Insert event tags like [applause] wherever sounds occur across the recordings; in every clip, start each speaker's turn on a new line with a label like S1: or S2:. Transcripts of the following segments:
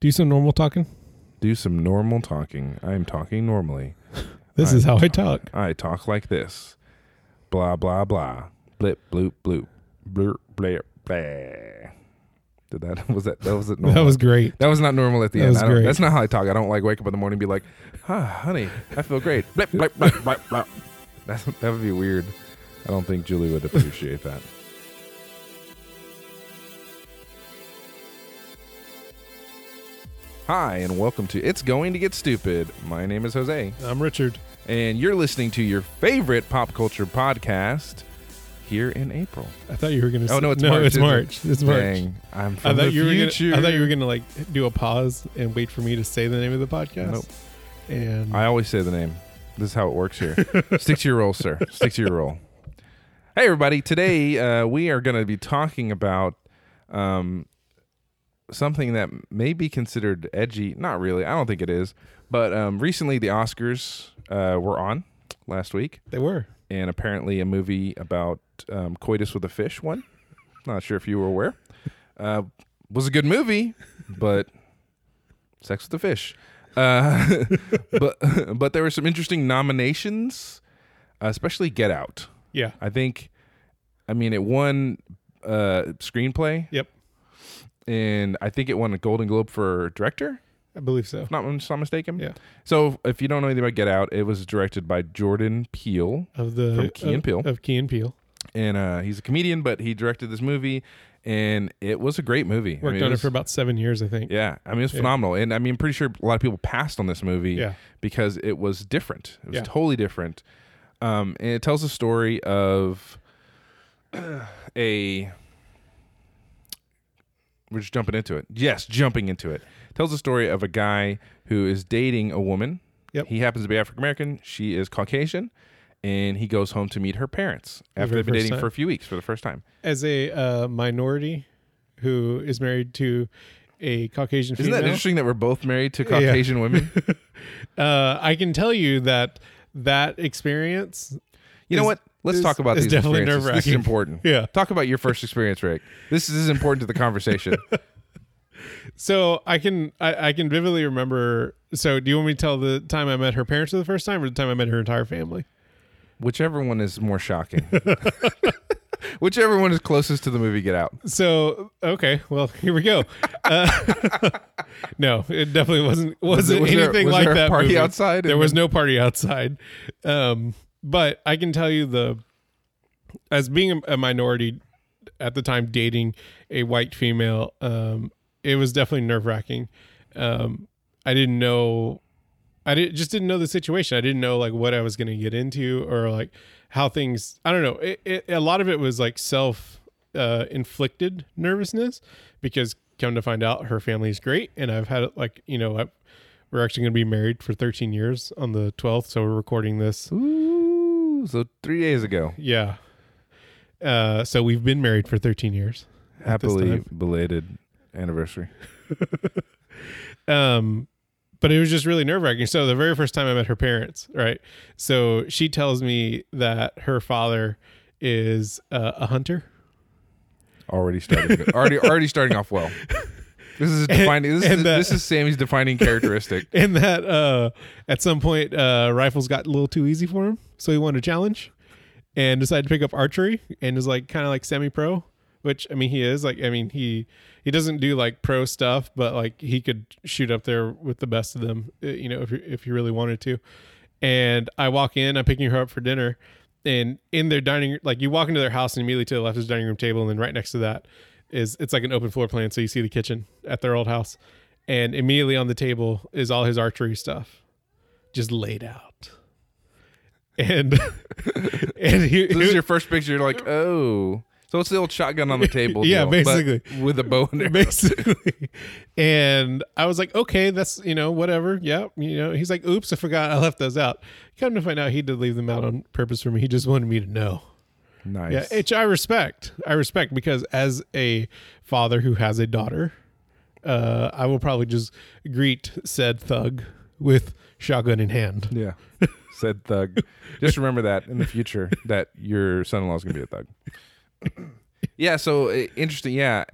S1: Do some normal talking.
S2: Do some normal talking. I'm talking normally.
S1: This is how I talk.
S2: I talk like this. Blah blah blah. Blip bloop bloop. Blur blare bleh. Did that [laughs] was that that wasn't normal.
S1: That was great.
S2: That was not normal at the
S1: That
S2: end.
S1: was
S2: I don't,
S1: great.
S2: that's not how I talk. I don't like wake up in the morning and be like, "Ah, honey, I feel great." [laughs] blip, blip, blip, blip, blip. That's, that would be weird. I don't think Julie would appreciate that. Hi, and welcome to It's Going to Get Stupid. My name is Jose,
S1: I'm Richard.
S2: and you're listening to your favorite pop culture podcast here in April.
S1: I thought you were gonna. say-
S2: Oh, no,
S1: [laughs]
S2: it's
S1: no,
S2: March,
S1: It's
S2: isn't it?
S1: March. It's March.
S2: Dang, I'm from
S1: I
S2: the
S1: thought you were
S2: future.
S1: gonna. I thought you were gonna like do a pause and wait for me to say the name of the podcast.
S2: Nope.
S1: And
S2: I always say the name. This is how it works here. [laughs] Stick to your role, sir. Stick to your role. Hey, everybody. Today, uh, we are going to be talking about um, something that may be considered edgy. Not really. I don't think it is. But um, recently, the Oscars uh, were on last week,
S1: they were.
S2: and apparently, a movie about um, coitus with a fish won. Not sure if you were aware. Uh, was a good movie, but sex with a fish. Uh, [laughs] but but [laughs] there were some interesting nominations, especially Get Out.
S1: Yeah.
S2: I think, I mean, it won uh, screenplay,
S1: Yep.
S2: and I think it won a Golden Globe for director,
S1: I believe so.
S2: if not if I'm not mistaken.
S1: Yeah.
S2: So if you don't know anything about Get Out, it was directed by Jordan Peele,
S1: Of the
S2: From Key
S1: of,
S2: and Peele.
S1: Of Key and Peele.
S2: and uh, he's a comedian, but he directed this movie, and it was a great movie. I
S1: Worked
S2: mean,
S1: on it
S2: was-
S1: for about seven years, I think.
S2: Yeah, I mean it's
S1: Yeah.
S2: phenomenal, and I mean I'm pretty sure a lot of people passed on this movie
S1: Yeah.
S2: because it was different. It was
S1: Yeah.
S2: totally different, um, and it tells the story of [clears throat] a. We're just jumping into it. Yes, jumping into it. Tells the story of a guy who is dating a woman.
S1: Yep.
S2: He happens to be African American. She is Caucasian, and he goes home to meet her parents
S1: The
S2: after
S1: very
S2: they've been
S1: first
S2: dating
S1: time.
S2: for a few weeks for the first time.
S1: As a uh, minority who is married to a Caucasian
S2: Isn't that
S1: female,
S2: interesting that we're both married to
S1: [laughs]
S2: Caucasian women?
S1: uh, I can tell you that that experience.
S2: You know
S1: is-
S2: what? Let's
S1: is-
S2: talk about
S1: is
S2: these
S1: definitely
S2: experiences. This is
S1: nerve-wracking.
S2: important.
S1: [laughs] Yeah.
S2: Talk about your first experience, Rick. This is important to
S1: [laughs]
S2: the conversation.
S1: So I can I, I can vividly remember. So do you want me to tell the time I met her parents for the first time, or the time I met her entire family?
S2: Whichever one is more shocking. [laughs] Whichever one is closest to the movie Get Out.
S1: So okay, well [laughs] here we go. Uh, [laughs] no, it definitely wasn't wasn't
S2: was there-
S1: anything
S2: was
S1: like
S2: there a
S1: that.
S2: party
S1: movie.
S2: outside?
S1: There was no party outside. Um, but I can tell you the as being a, a minority at the time dating a white female, um, it was definitely nerve wracking. Um, I didn't know. I did, just didn't know the situation. I didn't know like what I was going to get into or like how things. I don't know. It, it, a lot of it was like self uh, inflicted nervousness because come to find out her family is great and I've had like you know I, we're actually going to be married for 13 years on the 12th, so we're recording this
S2: Ooh, so three days ago.
S1: yeah. Uh, so we've been married for 13 years. at this
S2: Happily
S1: time.
S2: belated anniversary.
S1: Um, but it was just really nerve wracking. So the very first time I met her parents, right? So she tells me that her father is uh, a hunter. [laughs]
S2: Already starting already already starting
S1: [laughs]
S2: off well. This is defining this, is,
S1: and the-
S2: this is Sammy's defining
S1: [laughs]
S2: characteristic.
S1: And that uh, at some point, uh, rifles got a little too easy for him. So he wanted a challenge and decided to pick up archery and is like kind of like semi pro, which I mean, he is. Like, I mean, he he doesn't do like pro stuff, but like he could shoot up there with the best of them, uh, you know, if, you- if you really wanted to. And I walk in, I'm picking her up for dinner. And in their dining, like you walk into their house, and immediately to the left is dining room table, and then right next to that is it's like an open floor plan, so you see the kitchen at their old house and immediately on the table is all his archery stuff just laid out and [laughs] and he,
S2: This is your first picture, you're like, oh. So it's the old shotgun on the table.
S1: [laughs] Yeah,
S2: deal, but
S1: basically.
S2: with a bow and
S1: [laughs]
S2: arrow.
S1: basically and i was like okay that's you know whatever yeah you know he's like oops i forgot i left those out come to find out he did leave them out on purpose for me he just wanted me to know
S2: Nice.
S1: yeah which i respect i respect because as a father who has a daughter uh i will probably just greet said thug with shotgun in hand
S2: Yeah. [laughs] Said thug. Just remember that in the future
S1: [coughs]
S2: that your son in law is going to be a thug. yeah. So i- interesting. Yeah.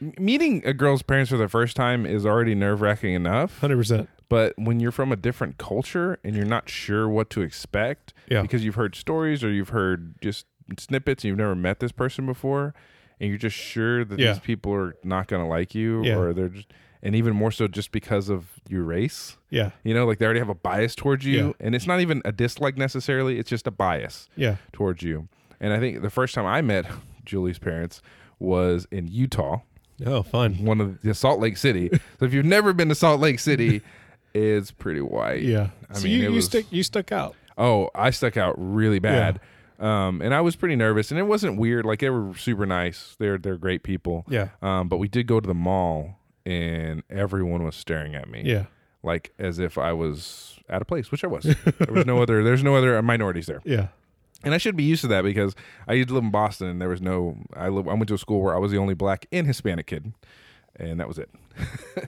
S2: m- meeting a girl's parents for the first time is already nerve wracking enough.
S1: Hundred percent.
S2: But when you're from a different culture and you're not sure what to expect
S1: Yeah.
S2: because you've heard stories or you've heard just snippets and you've never met this person before, and you're just sure that
S1: Yeah.
S2: these people are not going to like you
S1: Yeah.
S2: or they're just, and even more so just because of your race.
S1: Yeah.
S2: You know, like they already have a bias towards you,
S1: Yeah.
S2: and it's not even a dislike necessarily, it's just a bias
S1: Yeah.
S2: towards you. And I think the first time I met [laughs] Julie's parents was in Utah,
S1: Oh, fun.
S2: one of the Salt
S1: [laughs]
S2: Lake City. so if you've never been to Salt Lake City, it's pretty white.
S1: Yeah.
S2: I
S1: so
S2: mean,
S1: you,
S2: it
S1: you
S2: was-
S1: stick you stuck out.
S2: Oh, I stuck out really bad. Um, and I was pretty nervous, and it wasn't weird. Like they were super nice. They're they're great people.
S1: Yeah.
S2: Um, but we did go to the mall, and everyone was staring at me
S1: Yeah.
S2: like as if I was out of place, which I was. there was no other. There's no other minorities there,
S1: Yeah.
S2: and I should be used to that because I used to live in Boston, and there was no. I live. I went to a school where I was the only black and Hispanic kid, and that was it. [laughs]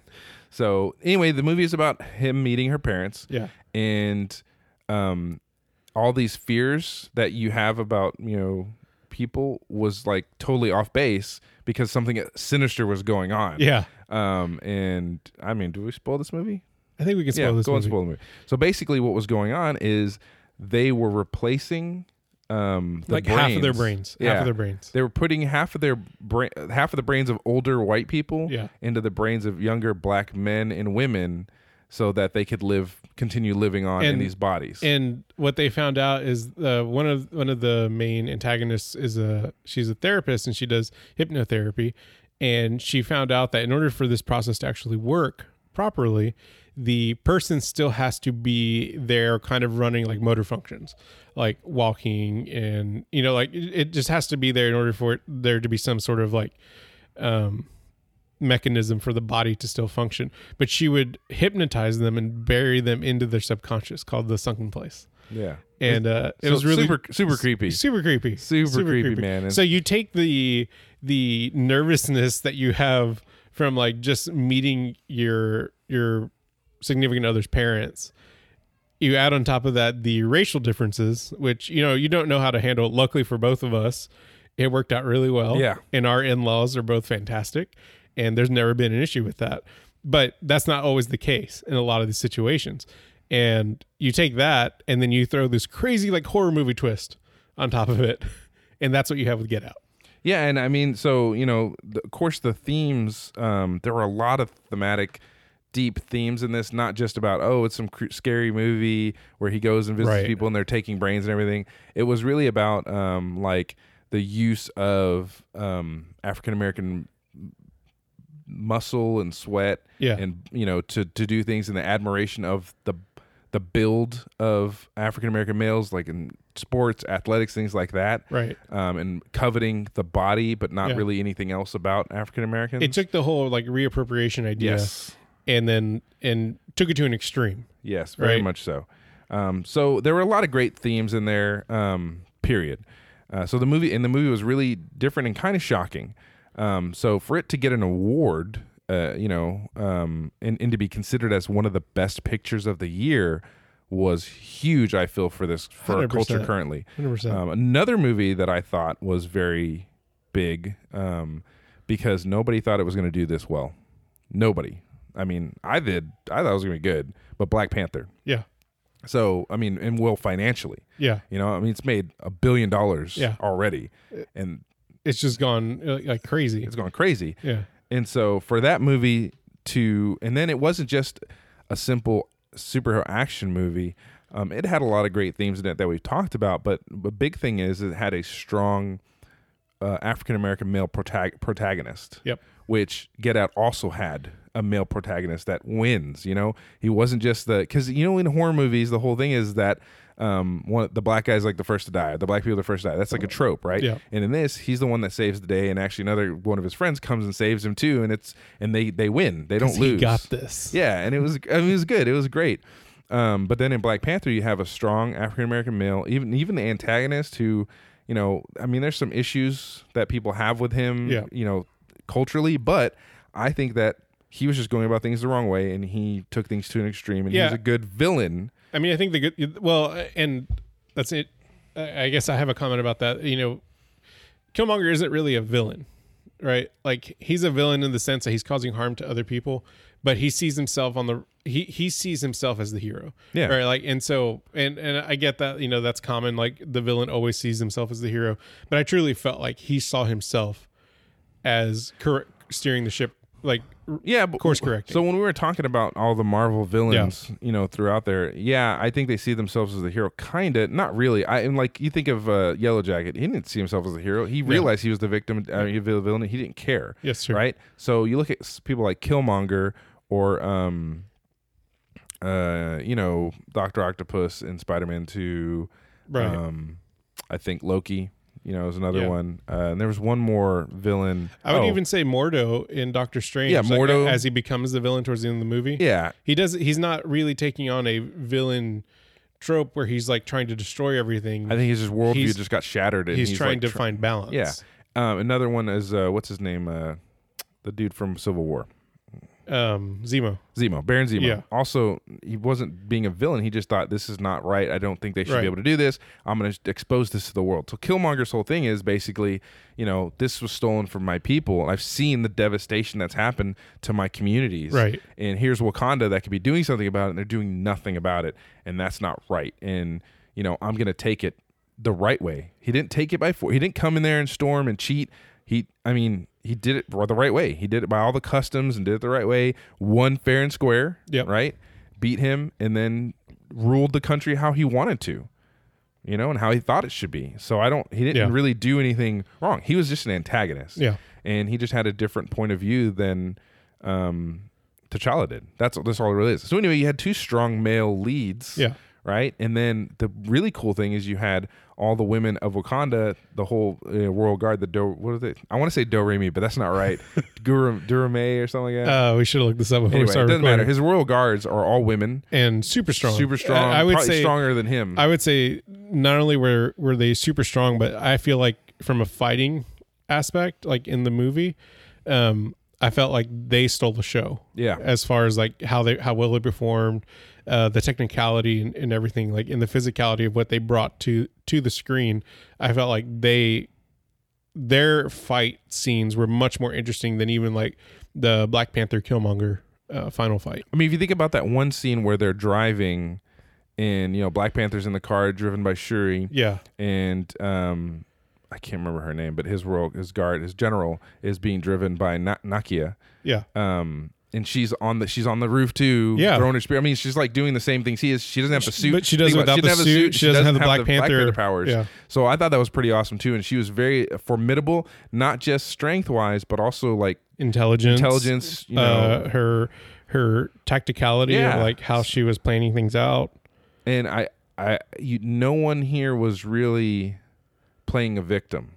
S2: so anyway, the movie is about him meeting her parents
S1: Yeah.
S2: and um, all these fears that you have about you know people was like totally off base because something sinister was going on.
S1: Yeah.
S2: Um, and I mean, do we spoil this movie?
S1: I think we can spoil
S2: yeah,
S1: this
S2: go and
S1: movie.
S2: spoil the movie. So basically, what was going on is they were replacing um the
S1: like half of their
S2: brains.
S1: brains.
S2: Yeah.
S1: Half of their brains.
S2: They were putting half of their brain, half of the brains of older white people
S1: Yeah.
S2: into the brains of younger black men and women, so that they could live, continue living on in
S1: And-
S2: these bodies.
S1: And what they found out is uh, one of one of the main antagonists is a she's a therapist and she does hypnotherapy, and she found out that in order for this process to actually work properly, the person still has to be there, kind of running like motor functions, like walking and you know like it, it just has to be there in order for it, there to be some sort of like um, mechanism for the body to still function. But she would hypnotize them and bury them into their subconscious, called the sunken place.
S2: yeah,
S1: And uh, it
S2: So
S1: was really
S2: super, super creepy.
S1: super creepy,
S2: Super creepy, man. And-
S1: so you take the the nervousness that you have from like just meeting your your significant other's parents. You add on top of that the racial differences, which you know you don't know how to handle. Luckily for both of us, it worked out really well.
S2: Yeah.
S1: and our in laws are both fantastic, and there's never been an issue with that. But that's not always the case in a lot of these situations. And you take that, and then you throw this crazy like horror movie twist on top of it, [laughs] and that's what you have with Get Out.
S2: Yeah, and I mean, so you know, the, of course, the themes. Um, there were a lot of thematic, deep themes in this. Not just about oh, it's some cr- scary movie where he goes and visits
S1: Right.
S2: people and they're taking brains and everything. It was really about um, like the use of um, African American muscle and sweat
S1: Yeah.
S2: and you know to to do things in the admiration of the the build of African American males like in sports athletics things like that
S1: Right.
S2: um, and coveting the body, but not
S1: Yeah.
S2: really anything else about African Americans.
S1: It took the whole like reappropriation idea
S2: yes,
S1: and then and took it to an extreme.
S2: yes, very
S1: Right.
S2: much so. Um, so there were a lot of great themes in there. Um, period. Uh, so the movie and the movie was really different and kind of shocking. Um, so for it to get an award, uh, you know, um, and, and to be considered as one of the best pictures of the year was huge. I feel for this for our culture
S1: 100%.
S2: currently.
S1: 100%.
S2: Um, another movie that I thought was very big um, because nobody thought it was going to do this well. Nobody. I mean, I did. I thought it was going to be good, but Black Panther.
S1: yeah.
S2: So, I mean, and will financially.
S1: Yeah.
S2: You know, I mean, it's made a billion dollars
S1: Yeah.
S2: already, and
S1: It's just gone uh, like crazy.
S2: it's gone crazy.
S1: Yeah.
S2: And so for that movie to, and then it wasn't just a simple superhero action movie. Um, it had a lot of great themes in it that we've talked about, but the big thing is it had a strong uh, African American male protag- protagonist.
S1: Yep.
S2: Which Get Out also had a male protagonist that wins. You know, he wasn't just the because you know in horror movies the whole thing is that um one the black guy's like the first to die, or the black people are the first to die. That's like a trope, right?
S1: Yeah.
S2: And in this, he's the one that saves the day, and actually another one of his friends comes and saves him too, and it's and they they win. They don't
S1: He
S2: lose.
S1: got this.
S2: Yeah, and it was I mean, it was good. It was great. Um, but then in Black Panther, you have a strong African American male, even even the antagonist who, you know, I mean, there's some issues that people have with him,
S1: Yeah.
S2: you know, culturally. But I think that he was just going about things the wrong way, and he took things to an extreme, and he was
S1: Yeah.
S2: a good villain.
S1: I mean, I think the good, well, and that's it. I I guess I have a comment about that. You know, Killmonger isn't really a villain. right? Like he's a villain in the sense that he's causing harm to other people, but he sees himself on the he he sees himself as the hero.
S2: Yeah.
S1: Right. Like and so and and I get that, you know, that's common. Like the villain always sees himself as the hero. But I truly felt like he saw himself as cor- steering the ship like r-
S2: Yeah, but,
S1: Course correcting.
S2: So when we were talking about all the Marvel villains, you know, throughout there, yeah, I think they see themselves as the hero, kinda, not really. I and like you think of uh, Yellow Jacket, he didn't see himself as the hero. He realized he was the victim, uh, he was the villain. and He didn't care.
S1: Yes, sir.
S2: Right. So you look at s- people like Killmonger or, um, uh, you know, Doctor Octopus in Spider Man Two.
S1: Right.
S2: Um, I think Loki. You know, is another
S1: Yeah.
S2: one. Uh, and there was one more villain.
S1: I would
S2: Oh,
S1: even say Mordo in Doctor Strange.
S2: Yeah,
S1: like,
S2: Mordo.
S1: as he becomes the villain towards the end of the movie.
S2: Yeah,
S1: He does he's not really taking on a villain trope where he's like trying to destroy everything.
S2: I think his just worldview
S1: He's-
S2: just got shattered. And
S1: he's,
S2: he's,
S1: trying
S2: like,
S1: to
S2: tr-
S1: find balance.
S2: Yeah. Um, another one is uh, what's his name? Uh, the dude from Civil War,
S1: Um, Zemo.
S2: Zemo, Baron Zemo.
S1: Yeah.
S2: Also, he wasn't being a villain. He just thought this is not right. I don't think they should
S1: Right.
S2: be able to do this. I'm going to expose this to the world. So Killmonger's whole thing is basically, you know, this was stolen from my people, and I've seen the devastation that's happened to my communities.
S1: Right.
S2: And here's Wakanda that could be doing something about it, and they're doing nothing about it, and that's not right. And you know, I'm going to take it the right way. He didn't take it by force. He didn't come in there and storm and cheat. He, I mean, he did it the right way. He did it by all the customs and did it the right way. Won fair and square.
S1: Yep.
S2: Right. Beat him and then ruled the country how he wanted to, you know, and how he thought it should be. So I don't. He didn't
S1: Yeah.
S2: really do anything wrong. He was just an antagonist.
S1: Yeah.
S2: And he just had a different point of view than um, T'Challa did. That's that's all it really is. So anyway, you had two strong male leads
S1: Yeah.
S2: right? And then the really cool thing is you had all the women of Wakanda, the whole uh, royal guard, the do what are they? I want to say do re mi, but that's
S1: [laughs]
S2: not right. Guru Durame or something like that.
S1: Uh, we should have looked this up before
S2: anyway,
S1: we
S2: it
S1: started
S2: doesn't matter.
S1: recording.
S2: His royal guards are all women,
S1: and super strong. Uh,
S2: super strong.
S1: I, I would
S2: probably
S1: say
S2: stronger than him.
S1: I would say not only were were they super strong, but I feel like from a fighting aspect, like in the movie, um, I felt like they stole the show.
S2: Yeah.
S1: As far as like how they how well they performed, uh, the technicality and, and everything, like in the physicality of what they brought to to the screen, I felt like they their fight scenes were much more interesting than even like the Black Panther Killmonger uh, final fight.
S2: I mean, if you think about that one scene where they're driving, and you know Black Panther's in the car driven by Shuri,
S1: Yeah.
S2: and um, I can't remember her name, but his royal his guard, his general, is being driven by Na- Nakia.
S1: Yeah.
S2: um and she's on the she's on the roof too
S1: Yeah.
S2: throwing her spear i mean she's like doing the same things he is she doesn't have the suit
S1: but she does
S2: Think about
S1: without
S2: it.
S1: the
S2: doesn't have
S1: suit. She doesn't have the Black Panther-
S2: powers
S1: yeah.
S2: so i thought that was pretty awesome too and she was very formidable not just strength wise but also like
S1: intelligence,
S2: intelligence you know
S1: uh, her her tacticality
S2: Yeah.
S1: of like how she was planning things out.
S2: and i i you, no one here was really playing a victim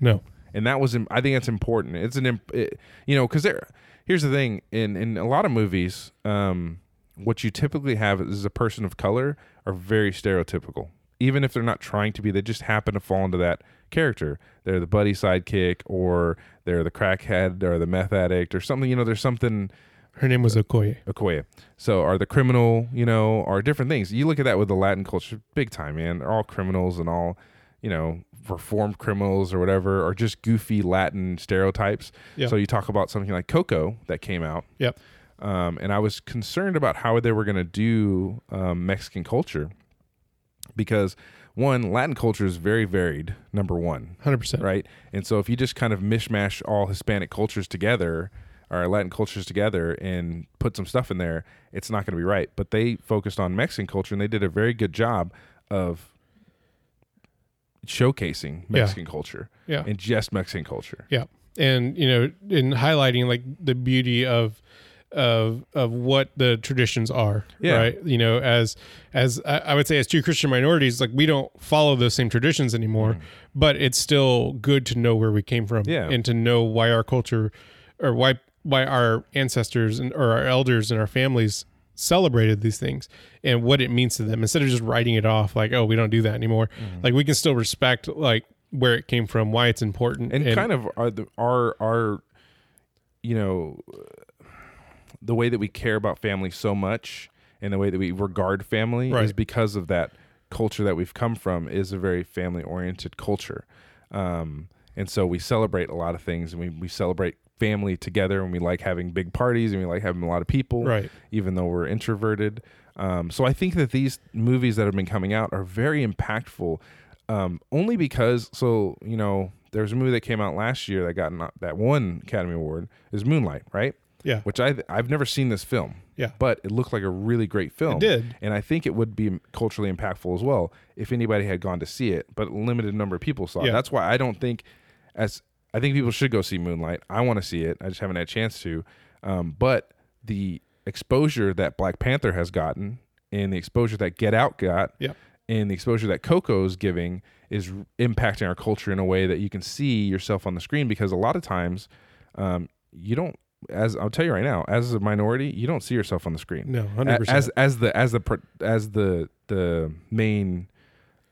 S1: No,
S2: and that was im- I think that's important. It's an imp- it, you know because there here's the thing in in a lot of movies, um, what you typically have is a person of color are very stereotypical, even if they're not trying to be. They just happen to fall into that character. They're the buddy sidekick, or they're the crackhead, or the meth addict, or something. You know, there's something.
S1: her name was Okoye.
S2: Okoye. So are the criminal, you know, are different things. You look at that with the Latin culture big time, man. They're all criminals and all, you know, reformed criminals or whatever, or just goofy Latin stereotypes.
S1: Yeah.
S2: So you talk about something like Coco that came out.
S1: Yep.
S2: Um, and I was concerned about how they were going to do um, Mexican culture because one, Latin culture is very varied, number one
S1: Hundred percent.
S2: right? And so if you just kind of mishmash all Hispanic cultures together or Latin cultures together and put some stuff in there, it's not going to be right. But they focused on Mexican culture and they did a very good job of showcasing
S1: Yeah.
S2: Mexican culture
S1: Yeah.
S2: and just Mexican culture.
S1: Yeah, and you know, in highlighting like the beauty of of of what the traditions are,
S2: Yeah.
S1: right? You know, as as I, I would say, as two Christian minorities, like we don't follow those same traditions anymore, but it's still good to know where we came from,
S2: Mm. Yeah.
S1: and to know why our culture or why why our ancestors and or our elders and our families celebrated these things and what it means to them instead of just writing it off like oh we don't do that anymore
S2: Mm.
S1: like we can still respect like where it came from why it's important
S2: And, kind of are the, are are you know the way that we care about family so much and the way that we regard family is
S1: Right.
S2: because of that culture that we've come from is a very family oriented culture. Um, And so we celebrate a lot of things and we, we celebrate family together and we like having big parties and we like having a lot of people,
S1: Right.
S2: even though we're introverted. Um, so I think that these movies that have been coming out are very impactful um, only because, so, you know, there was a movie that came out last year that got an, that one Academy Award is Moonlight, right?
S1: Yeah.
S2: Which I I've never seen this film.
S1: Yeah.
S2: But it looked like a really great film.
S1: did.
S2: And I think it would be culturally impactful as well if anybody had gone to see it, but a limited number of people saw it.
S1: Yeah.
S2: That's why I don't think as I think people should go see Moonlight. I want to see it. I just haven't had a chance to. Um, but the exposure that Black Panther has gotten and the exposure that Get Out got
S1: Yeah.
S2: and the exposure that Coco's giving is r- impacting our culture in a way that you can see yourself on the screen because a lot of times um, you don't as I'll tell you right now as a minority you don't see yourself on the screen
S1: No,
S2: A-
S1: 100%.
S2: as as the as the pr- as the the main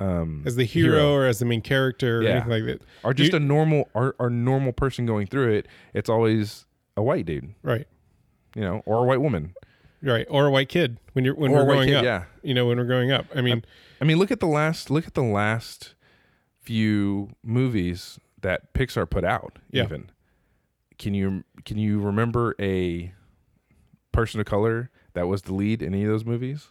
S2: um
S1: as the hero,
S2: hero.
S1: or as the main character or
S2: Yeah.
S1: anything like that.
S2: or just
S1: You-
S2: a normal or, or normal person going through it it's always a white dude
S1: Right.
S2: you know or a white woman
S1: Right. Or a white kid when you're when
S2: Or a
S1: we're
S2: white
S1: growing
S2: kid,
S1: up.
S2: yeah.
S1: You know, when we're growing up. I mean,
S2: I mean, look at the last look at the last few movies that Pixar put out.
S1: Yeah.
S2: Even can you can you remember a person of color that was the lead in any of those movies?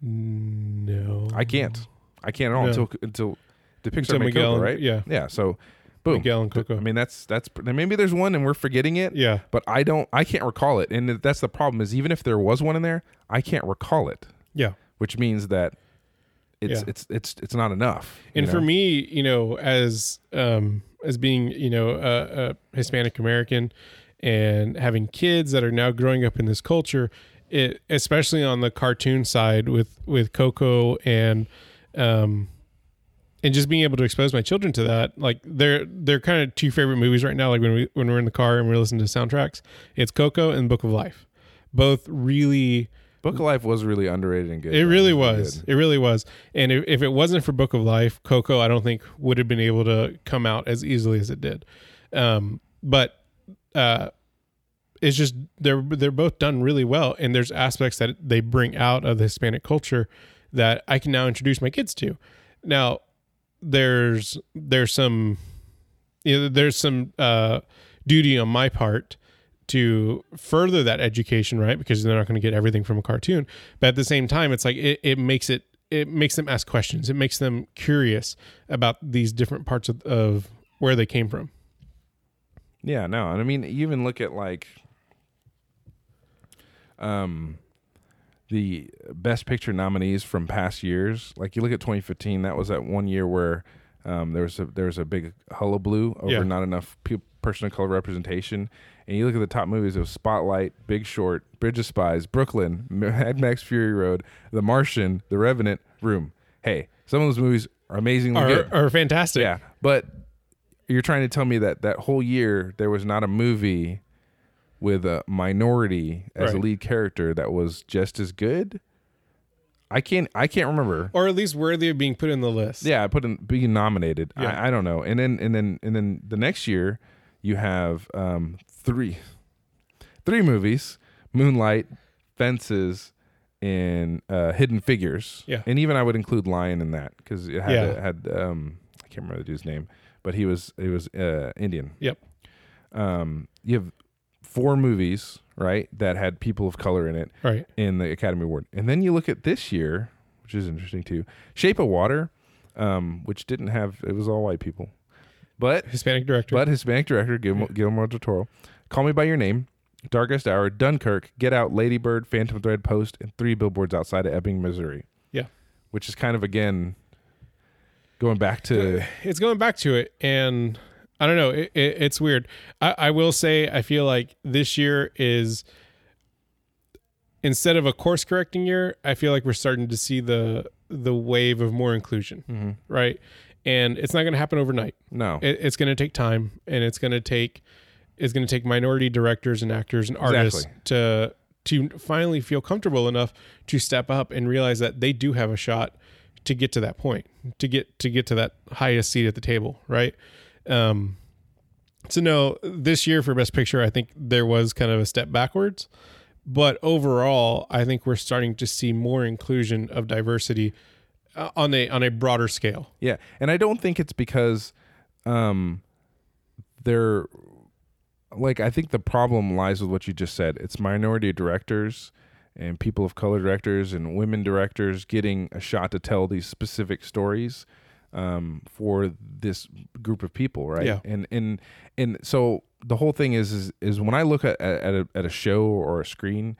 S1: no.
S2: I can't. I can't at all
S1: No.
S2: until until the Pixar
S1: Until
S2: made
S1: Miguel
S2: Coco,
S1: and-
S2: right?
S1: yeah.
S2: Yeah. So, boom.
S1: Miguel and Coco.
S2: I mean, that's that's maybe there's one and we're forgetting it.
S1: yeah.
S2: But I don't. I can't recall it, and that's the problem. Is even if there was one in there, I can't recall it,
S1: Yeah.
S2: which means that it's
S1: Yeah.
S2: it's it's it's not enough. you
S1: and
S2: know?
S1: for me you know as um as being you know a, a hispanic american and having kids that are now growing up in this culture it especially on the cartoon side with with coco and um and just being able to expose my children to that like they're they're kind of two favorite movies right now like when we when we're in the car and we're listening to soundtracks it's coco and book of life both really
S2: Book of Life was really underrated and good.
S1: it
S2: though.
S1: really
S2: really
S1: was.
S2: good.
S1: It really was. And if, if it wasn't for Book of Life, Coco, I don't think would have been able to come out as easily as it did. Um, but uh, it's just they're they're both done really well, and there's aspects that they bring out of the Hispanic culture that I can now introduce my kids to. Now, there's there's some you know, there's some uh, duty on my part to further that education, right? Because they're not going to get everything from a cartoon. But at the same time, it's like it, it makes it it makes them ask questions. It makes them curious about these different parts of, of where they came from.
S2: Yeah, no. And I mean, you even look at like um the best picture nominees from past years. Like you look at 2015, that was that one year where um, there was a there was a big hullabaloo over
S1: Yeah.
S2: not enough pe- person of color representation. And you look at the top movies: it was Spotlight, Big Short, Bridge of Spies, Brooklyn, Mad Max: Fury Road, The Martian, The Revenant, Room. Hey, some of those movies are amazingly good.
S1: Are, are fantastic.
S2: Yeah, but you're trying to tell me that that whole year there was not a movie with a minority as a
S1: Right.
S2: lead character that was just as good. I can't. I can't remember.
S1: Or at least worthy of being put in the list.
S2: Yeah, I put in being nominated. I, I don't know. And then and then and then the next year, you have um, three, three movies: Moonlight, Fences, and uh, Hidden Figures.
S1: Yeah.
S2: and even I would include Lion in that because it had
S1: Yeah.
S2: it had um, I can't remember the dude's name, but he was he was uh, Indian.
S1: Yep.
S2: Um, you have four movies right that had people of color in it
S1: Right.
S2: in the Academy Award. And then you look at this year, which is interesting too. Shape of Water, um, which didn't have it was all white people, but
S1: Hispanic director.
S2: but Hispanic director Guillermo, Guillermo del Toro, Call Me by Your Name, Darkest Hour, Dunkirk, Get Out, Ladybird, Phantom Thread, Post, and Three Billboards Outside of Ebbing, Missouri.
S1: Yeah.
S2: which is kind of again going back to
S1: it's going back to it and i don't know it, it, it's weird I, I will say i feel like this year is instead of a course correcting year i feel like we're starting to see the the wave of more inclusion right and it's not going to happen overnight
S2: no
S1: it, it's going to take time and it's going to take it's going to take minority directors and actors and artists
S2: Exactly.
S1: to to finally feel comfortable enough to step up and realize that they do have a shot to get to that point to get to get to that highest seat at the table right um so no this year for best picture i think there was kind of a step backwards but overall i think we're starting to see more inclusion of diversity uh, on a on a broader scale
S2: Yeah, and I don't think it's because um they're like I think the problem lies with what you just said. It's minority directors and people of color directors and women directors getting a shot to tell these specific stories um, for this group of people, right?
S1: Yeah.
S2: And and and so the whole thing is is, is when I look at at a, at a show or a screen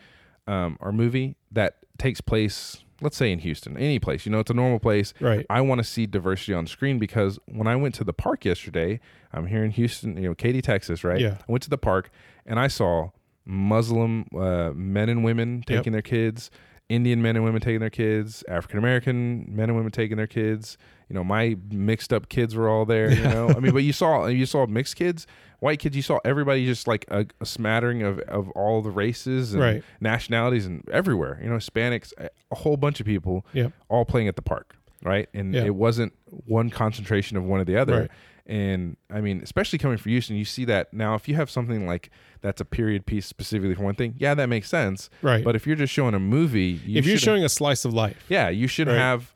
S2: um, or movie that takes place, let's say in Houston, any place, you know, it's a normal place.
S1: Right.
S2: I want to see diversity on screen because when I went to the park yesterday, I'm here in Houston, you know, Katy, Texas, right?
S1: Yeah.
S2: I went to the park and I saw Muslim uh, men and women taking their kids, Indian men and women taking their kids, African American men and women taking their kids. You know, my mixed up kids were all there. You know, I
S1: [laughs]
S2: mean, but you saw you saw mixed kids, white kids. You saw everybody just like a, a smattering of of all the races and
S1: Right.
S2: nationalities and everywhere. You know, Hispanics, a, a whole bunch of people
S1: Yep.
S2: all playing at the park, right? And
S1: Yeah.
S2: it wasn't one concentration of one or the other.
S1: Right.
S2: And I mean, especially coming from Houston, you see that now. If you have something like that's a period piece specifically for one thing, yeah, that makes sense.
S1: Right.
S2: But if you're just showing a movie, you
S1: if you're
S2: should-
S1: showing a slice of life,
S2: yeah, you should
S1: Right.
S2: have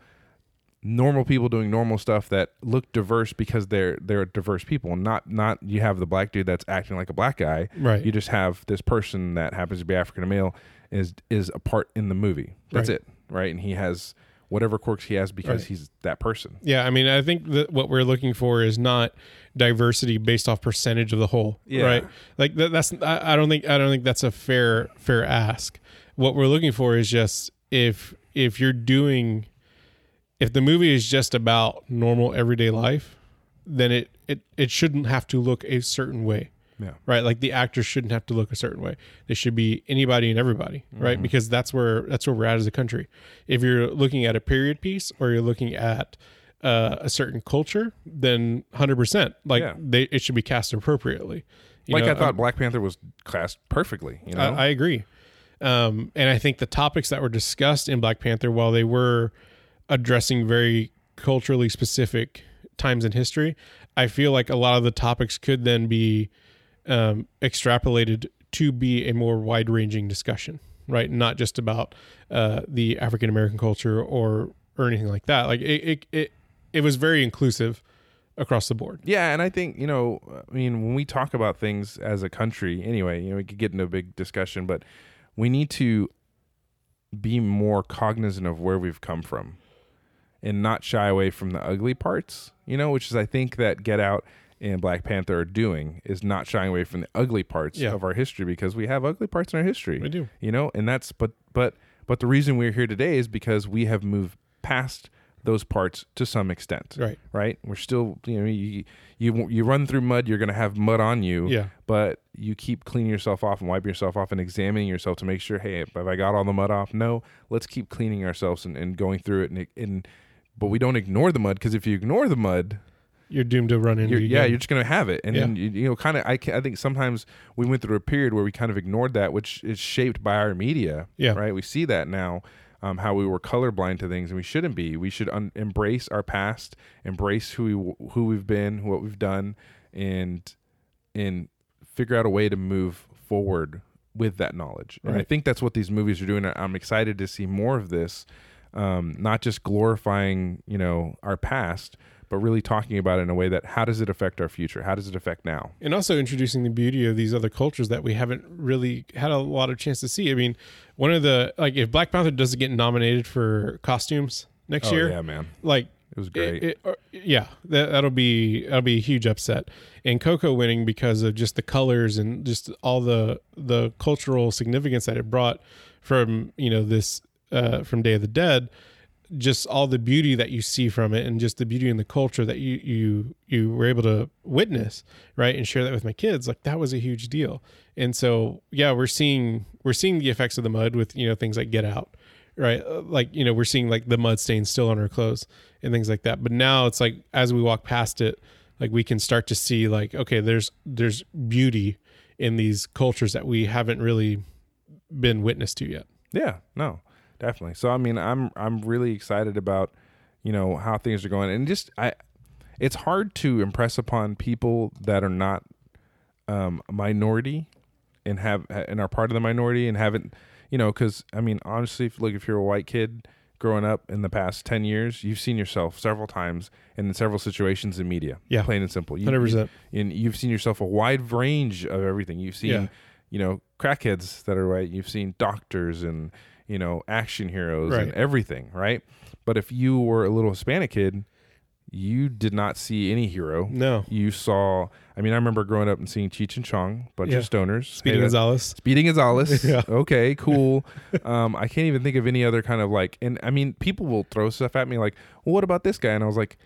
S2: normal people doing normal stuff that look diverse because they're they're diverse people, not not you have the black dude that's acting like a black guy.
S1: Right.
S2: You just have this person that happens to be African male is is a part in the movie. That's
S1: Right.
S2: it, right? And he has whatever quirks he has because
S1: Right.
S2: he's that person.
S1: yeah, I mean, I think that what we're looking for is not diversity based off percentage of the whole,
S2: Yeah.
S1: right? Like that, that's I, I don't think I don't think that's a fair fair ask. What we're looking for is just if if you're doing if the movie is just about normal everyday life, then it it it shouldn't have to look a certain way.
S2: Yeah.
S1: right like the actors shouldn't have to look a certain way they should be anybody and everybody
S2: Mm-hmm.
S1: right because that's where that's where we're at as a country if you're looking at a period piece or you're looking at uh, a certain culture then 100% like
S2: Yeah.
S1: they it should be cast appropriately You
S2: like
S1: know, um,
S2: I thought Black Panther was classed perfectly, you know?
S1: I, I agree. Um, and I think the topics that were discussed in Black Panther, while they were addressing very culturally specific times in history, I feel like a lot of the topics could then be um, extrapolated to be a more wide ranging discussion, right? Not just about uh, the African American culture or or anything like that. Like it, it, it, it was very inclusive across the board.
S2: Yeah, and I think you know, I mean, when we talk about things as a country, anyway, you know, we could get into a big discussion, but we need to be more cognizant of where we've come from, and not shy away from the ugly parts. You know, which is I think that Get Out and Black Panther are doing is not shying away from the ugly parts
S1: Yeah.
S2: of our history because we have ugly parts in our history.
S1: We do.
S2: You know, and that's but but but the reason we're here today is because we have moved past those parts to some extent
S1: Right.
S2: right? We're still, you know, you you you run through mud, you're gonna have mud on you.
S1: Yeah.
S2: But you keep cleaning yourself off and wiping yourself off and examining yourself to make sure, hey, have I got all the mud off? No, let's keep cleaning ourselves and, and going through it and and but we don't ignore the mud because if you ignore the mud,
S1: You're doomed to run into
S2: you're, yeah,
S1: again.
S2: you're just gonna have it, and then you, you know, kind of. I, ca- I think sometimes we went through a period where we kind of ignored that, which is shaped by our media.
S1: Yeah.
S2: right. We see that now, um, how we were colorblind to things, and we shouldn't be. We should un- embrace our past, embrace who we who we've been, what we've done, and and figure out a way to move forward with that knowledge. And I
S1: Right.
S2: think that's what these movies are doing. I- I'm excited to see more of this, um, not just glorifying, you know, our past, but really talking about it in a way that how does it affect our future? How does it affect now?
S1: and also introducing the beauty of these other cultures that we haven't really had a lot of chance to see. I mean, one of the like if Black Panther doesn't get nominated for costumes next year,
S2: Oh, yeah, man,
S1: like
S2: it was
S1: it,
S2: great.
S1: it, uh, yeah, that, that'll be that'll be a huge upset. And Coco winning because of just the colors and just all the the cultural significance that it brought from you know this uh, from Day of the Dead, just all the beauty that you see from it, and just the beauty in the culture that you you you were able to witness, right, and share that with my kids. Like that was a huge deal. And so yeah, we're seeing we're seeing the effects of the mud with you know things like Get Out right? Uh, Like you know, we're seeing like the mud stains still on her clothes and things like that. But now it's like as we walk past it, like we can start to see like okay, there's there's beauty in these cultures that we haven't really been witness to yet.
S2: yeah, no, definitely. So I mean, I'm I'm really excited about you know how things are going, and just I, it's hard to impress upon people that are not um, a minority and have and are part of the minority and haven't you know because I mean honestly, if, look if you're a white kid growing up in the past 10 years, you've seen yourself several times and in several situations in media.
S1: Yeah.
S2: Plain and simple. You-
S1: 100%.
S2: you- And you've seen yourself a wide range of everything. You've seen,
S1: Yeah.
S2: you know, crackheads that are right. You've seen doctors and, you know, action heroes and
S1: Right.
S2: everything, right? But if you were a little Hispanic kid, you did not see any hero.
S1: No.
S2: You saw, I mean, I remember growing up and seeing Cheech and Chong, bunch
S1: Yeah.
S2: of stoners.
S1: Speedy
S2: Hey, that-
S1: Gonzalez.
S2: Speedy Gonzalez.
S1: [laughs] Yeah.
S2: Okay, cool. um, I can't even think of any other kind of like, and I mean, people will throw stuff at me like, well, what about this guy? And I was like,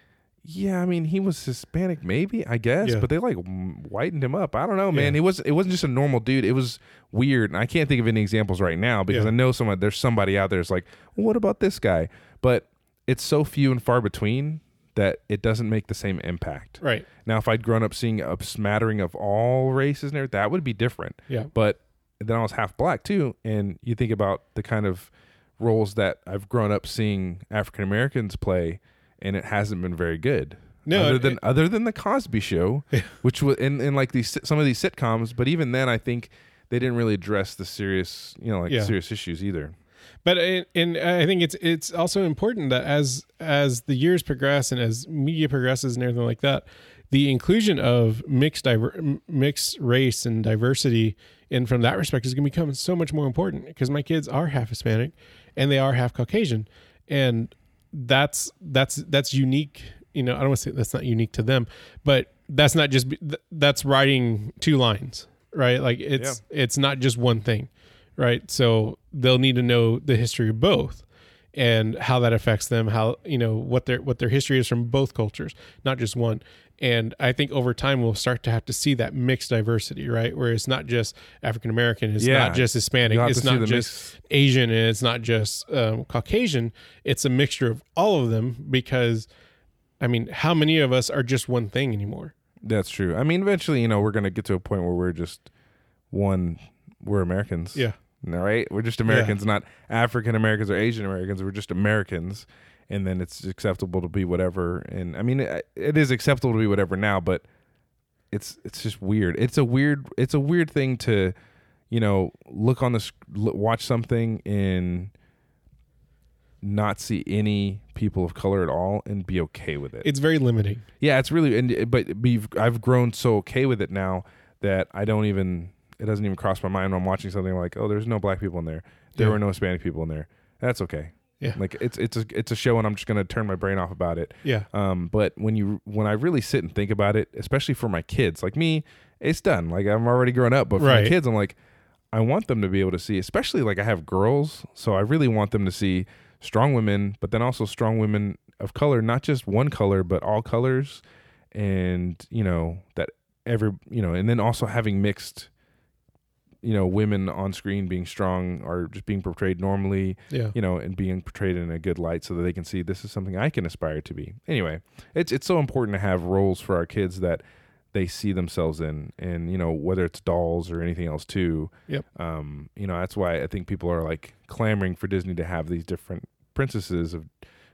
S2: yeah, I mean, he was Hispanic, maybe I guess,
S1: Yeah.
S2: but they like mm, whitened him up. I don't know, man. It was it wasn't just a normal dude. It was weird, and I can't think of any examples right now because
S1: Yeah.
S2: I know someone there's somebody out there that's like, well, what about this guy? But it's so few and far between that it doesn't make the same impact.
S1: Right.
S2: Now, if I'd grown up seeing a smattering of all races and everything, that would be different.
S1: Yeah.
S2: But then I was half black too, and you think about the kind of roles that I've grown up seeing African Americans play, and it hasn't been very good.
S1: No,
S2: other
S1: it-
S2: than other than the
S1: [laughs]
S2: Cosby Show, which was in, in like these some of these sitcoms, but even then, I think they didn't really address the serious, you know, like
S1: Yeah.
S2: serious issues either.
S1: But in, in, I think it's it's also important that as as the years progress and as media progresses and everything like that, the inclusion of mixed diver, m- mixed race and diversity, and from that respect, is going to become so much more important because my kids are half Hispanic, and they are half Caucasian, and that's that's that's unique. You know, I don't want to say that's not unique to them, but that's not just th- that's writing two lines, right? Like it's it's not just one thing right? So they'll need to know the history of both and how that affects them, how you know what their what their history is from both cultures, not just one. And I think over time we'll start to have to see that mixed diversity, right? Where it's not just African American, it's
S2: Yeah.
S1: not just Hispanic,
S2: You'll have
S1: it's
S2: to see
S1: not
S2: the
S1: just Asian, and it's not just um, Caucasian. It's a mixture of all of them because, I mean, how many of us are just one thing anymore?
S2: That's true. I mean, eventually, you know, we're gonna get to a point where we're just one. We're Americans.
S1: Yeah.
S2: All right. We're just Americans, not African Americans or Asian Americans. We're just Americans. And then it's acceptable to be whatever. And I mean, it, it is acceptable to be whatever now, but it's it's just weird. It's a weird it's a weird thing to, you know, look on the sc- l- watch something and not see any people of color at all and be okay with it.
S1: It's very limiting.
S2: Yeah, it's really and but we've I've grown so okay with it now that I don't even it doesn't even cross my mind when I'm watching something like, oh, there's no black people in there. There
S1: Yeah.
S2: were no Hispanic people in there. That's okay.
S1: Yeah.
S2: Like it's it's a, it's a show and I'm just gonna turn my brain off about it.
S1: Yeah,
S2: Um, but when you when I really sit and think about it, especially for my kids, like me, it's done. Like I'm already grown up, but for my
S1: Right.
S2: kids, I'm like, I want them to be able to see, especially like I have girls, so I really want them to see strong women, but then also strong women of color, not just one color, but all colors, and you know that every you know, and then also having mixed. You know, women on screen being strong or just being portrayed normally,
S1: yeah,
S2: you know, and being portrayed in a good light so that they can see this is something I can aspire to be. Anyway, it's it's so important to have roles for our kids that they see themselves in, and you know, whether it's dolls or anything else too.
S1: Yep.
S2: Um, you know, that's why I think people are like clamoring for Disney to have these different princesses of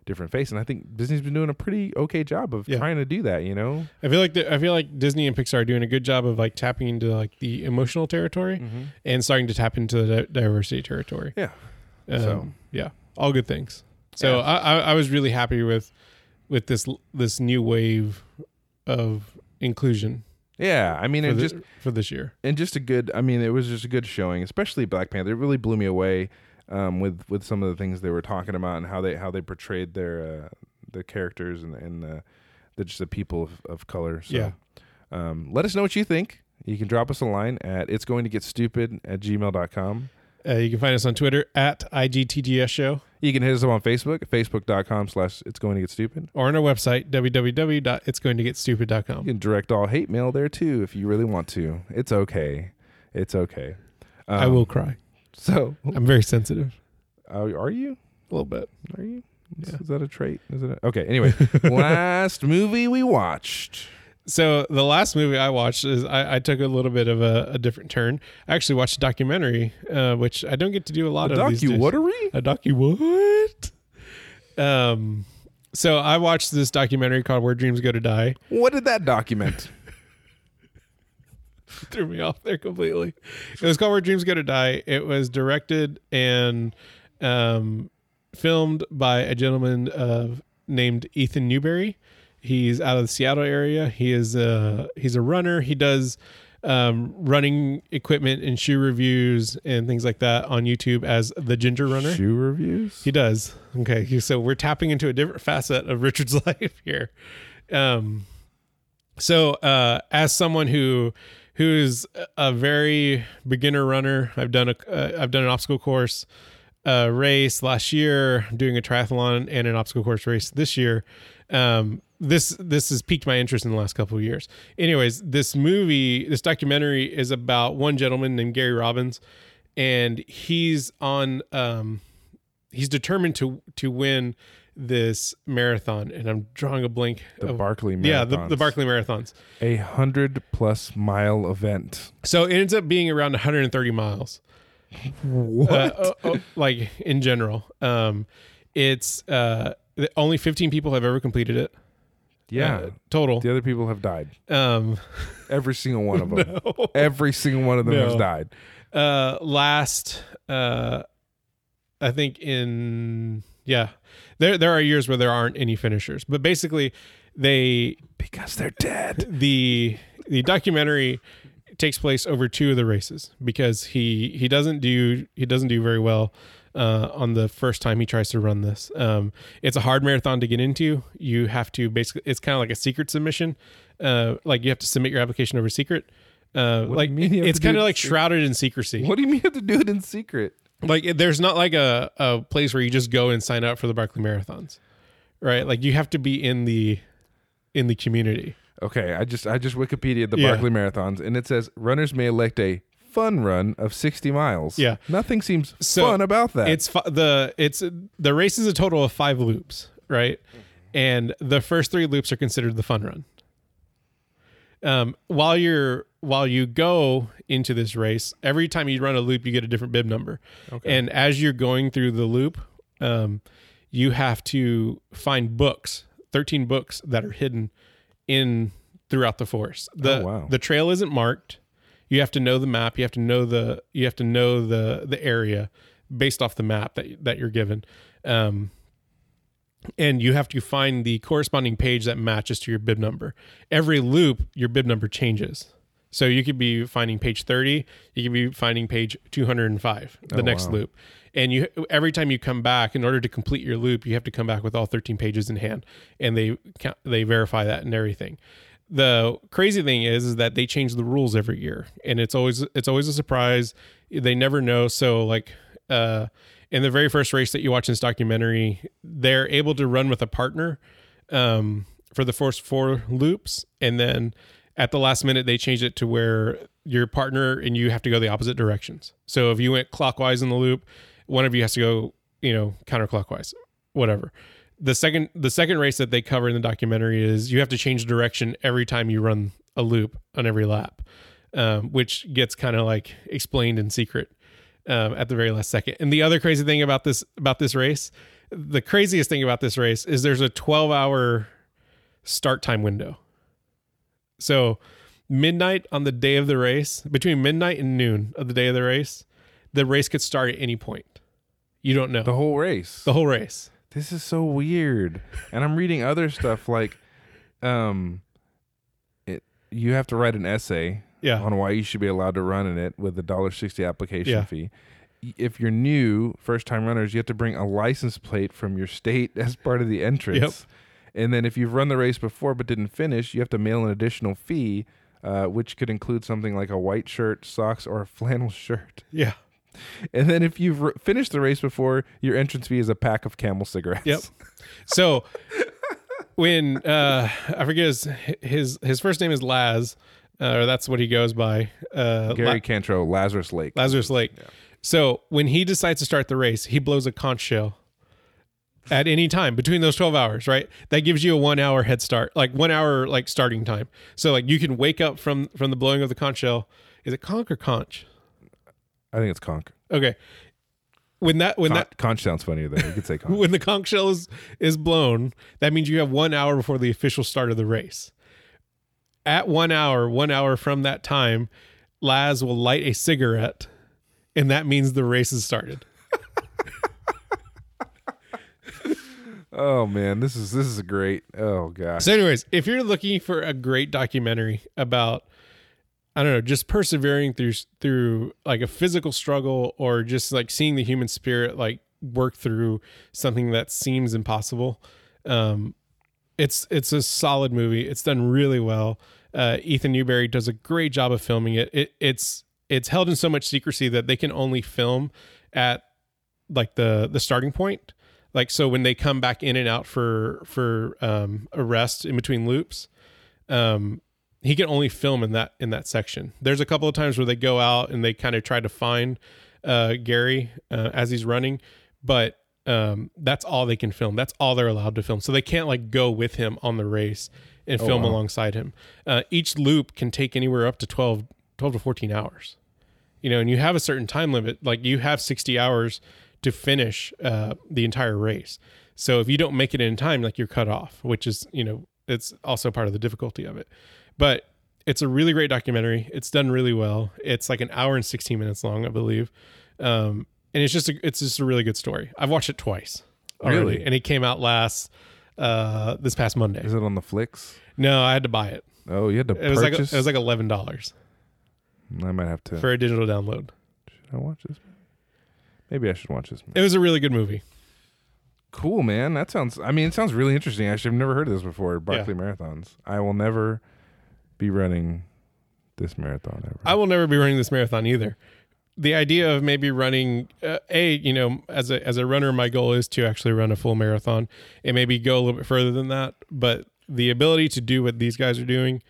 S2: different face, and I think Disney's been doing a pretty okay job of
S1: Yeah.
S2: trying to do that. You know.
S1: I feel like the, I feel like Disney and Pixar are doing a good job of like tapping into like the emotional territory and starting to tap into the di- diversity territory.
S2: Yeah.
S1: Um,
S2: So.
S1: yeah, all good things. So
S2: Yeah.
S1: I, I I was really happy with with this this new wave of inclusion
S2: Yeah, I mean,
S1: for,
S2: it
S1: thi-
S2: just
S1: for this year.
S2: and just a good i mean it was just a good showing especially black panther it really blew me away um, with with some of the things they were talking about and how they how they portrayed their uh, the characters and and the, the just the people of, of color so
S1: Yeah.
S2: um, let us know what you think you can drop us a line at it's going to get stupid at gmail.com
S1: Uh, you can find us on Twitter at IGTGS Show
S2: you can hit us up on facebook facebook.com slash it's going to get stupid
S1: or on our website www.itsgoingtogetstupid.com.
S2: you can direct all hate mail there too if you really want to it's okay it's okay
S1: I
S2: Um, [laughs]
S1: will cry.
S2: so
S1: I'm very sensitive.
S2: uh, are you
S1: A little bit.
S2: Are you? Is,
S1: Yeah.
S2: is that a trait? Is it? A, okay. Anyway, last movie we watched.
S1: So the last movie I watched is I, I took a little bit of a, a different turn. I actually watched a documentary, uh, which I don't get to do a lot of. these days.
S2: Documentary.
S1: A docu what? Um, so I watched this documentary called "Where Dreams Go to Die."
S2: What did that
S1: [laughs]
S2: document?
S1: Threw me off there completely. It was called "Where Dreams Go to Die." It was directed and um, filmed by a gentleman uh, named Ethan Newberry. He's out of the Seattle area. He is a he's a runner. He does um, running equipment and shoe reviews and things like that on YouTube as the Ginger Runner.
S2: Shoe reviews.
S1: He does. Okay. He- So we're tapping into a different facet of Richard's [laughs] life here. Um, so uh, as someone who who's a very beginner runner, I've done a uh, I've done an obstacle course uh, race last year, doing a triathlon and an obstacle course race this year. Um, this this has piqued my interest in the last couple of years. Anyways, this movie, this documentary is about one gentleman named Gary Robbins, and he's on um, he's determined to to win this marathon, and I'm drawing a blank.
S2: The
S1: of-
S2: Barclay Marathon.
S1: yeah, the, the Barkley Marathons.
S2: A hundred plus mile event.
S1: So it ends up being around 130 miles.
S2: What?
S1: Uh, oh, oh, like in general, um, it's uh, the- only 15 people have ever completed it.
S2: yeah.
S1: uh, total.
S2: the other people have died.
S1: Um,
S2: Every single
S1: [laughs]
S2: one of them. Every single one of them has
S1: No.
S2: died.
S1: uh, last, uh, I think in yeah, there there are years where there aren't any finishers, but basically, they
S2: Because they're dead.
S1: the the documentary takes place over two of the races because he he doesn't do he doesn't do very well uh, on the first time he tries to run this. Um, it's a hard marathon to get into. You have to basically it's kind of like a secret submission. Uh, like you have to submit your application over secret. Uh,
S2: you
S1: like
S2: mean you have
S1: it's
S2: to do
S1: kind of
S2: it
S1: like
S2: sec-
S1: shrouded in secrecy.
S2: What do you mean you have to do it in secret?
S1: Like it- there's not like a, a place where you just go and sign up for the Barkley marathons, right? Like you have to be in the in the community.
S2: Okay, I just I just Wikipedia the
S1: Yeah.
S2: Barkley Marathons and it says runners may elect a fun run of 60 miles.
S1: Yeah.
S2: Nothing seems
S1: So,
S2: fun about that.
S1: It's fi- the it's the race is a total of five loops, right? And the first three loops are considered the fun run. Um, while you're while you go into this race, every time you run a loop, you get a different bib number. And as you're going through the loop, um, you have to find books, thirteen books that are hidden in throughout the forest. The
S2: Oh, wow.
S1: the trail isn't marked. You have to know the map. You have to know the you have to know the the area based off the map that that you're given. Um, and you have to find the corresponding page that matches to your bib number. Every loop, your bib number changes. So you could be finding page 30, you could be finding page 205, the next loop. And you every time you come back in order to complete your loop, you have to come back with all 13 pages in hand and they count, they verify that and everything. The crazy thing is, is that they change the rules every year and it's always it's always a surprise. They never know so like uh, in the very first race that you watch in this documentary, they're able to run with a partner um, for the first four loops, and then at the last minute they change it to where your partner and you have to go the opposite directions. So if you went clockwise in the loop, one of you has to go, you know, counterclockwise, whatever. The second the second race that they cover in the documentary is you have to change direction every time you run a loop on every lap, um, which gets kind of like explained in secret um, at the very last second. And the other crazy thing about this about this race, the craziest thing about this race is there's a 12 hour start time window. So midnight on the day of the race, between midnight and noon of the day of the race, the race could start at any point. You don't know
S2: the whole race.
S1: the whole race.
S2: this is so weird. And I'm reading other stuff like um it you have to write an essay
S1: Yeah.
S2: on why you should be allowed to run in it with a dollar sixty application
S1: Yeah.
S2: fee. Y- If you're new, first time runners, you have to bring a license plate from your state [laughs] as part of the entrance. And then if you've run the race before but didn't finish, you have to mail an additional fee, uh, which could include something like a white shirt, socks, or a flannel [laughs] shirt.
S1: Yeah.
S2: And then if you've r finished the race before, your entrance fee is a pack of Camel cigarettes.
S1: Yep. So when uh I forget his his his first name is Laz, uh, or that's what he goes by. Uh
S2: [laughs] Gary Cantrell, Lazarus Lake.
S1: Lazarus Lake. So when he decides to start the race, he blows a conch shell at any time between those 12 hours, right? That gives you a 1 hour head start, like 1 hour like starting time. So like you can wake up from from the blowing of the conch shell. Is it conch or conch?
S2: I think it's conch.
S1: Okay. When that when
S2: Con-
S1: that
S2: conch sounds funnier though. You could
S1: [laughs]
S2: say conch.
S1: when the conch shell is is blown, that means you have 1 hour before the official start of the race. At 1 hour, 1 hour from that time, Laz will light a cigarette and that means the race has started.
S2: Oh man, this is this is great. Oh gosh.
S1: So, anyways, if you're looking for a great documentary about, I don't know, just persevering through through like a physical struggle or just like seeing the human spirit like work through something that seems impossible, um, it's it's a solid movie. It's done really well. Uh, Ethan Newberry does a great job of filming it. it. It's it's held in so much secrecy that they can only film at like the the starting point like so when they come back in and out for for um arrest in between loops um he can only film in that in that section there's a couple of times where they go out and they kind of try to find uh gary uh, as he's running but um that's all they can film that's all they're allowed to film so they can't like go with him on the race and film
S2: wow.
S1: alongside him uh each loop can take anywhere up to 12 12 to 14 hours you know, and you have a certain time limit. Like you have 60 hours to finish uh, the entire race. So if you don't make it in time, like you're cut off, which is, you know, it's also part of the difficulty of it. But it's a really great documentary. It's done really well. It's like an hour and 16 minutes long, I believe. Um, and it's just a, it's just a really good story. I've watched it twice already,
S2: Really?
S1: and it came out last uh, this past Monday.
S2: Is it on the flicks?
S1: No, I had to buy it.
S2: Oh, you had to
S1: It was like
S2: purchase.
S1: it was like eleven dollars
S2: I might have to.
S1: for a digital download.
S2: should I watch this? movie? Maybe I should watch this. Movie.
S1: It was a really good movie.
S2: Cool, man. That sounds. I mean, it sounds really interesting. Actually, I've never heard of this before. Barkley marathons. I will never be running this marathon ever.
S1: I will never be running this marathon either. The idea of maybe running uh, a you know as a as a runner, my goal is to actually run a full marathon and maybe go a little bit further than that. But the ability to do what these guys are doing,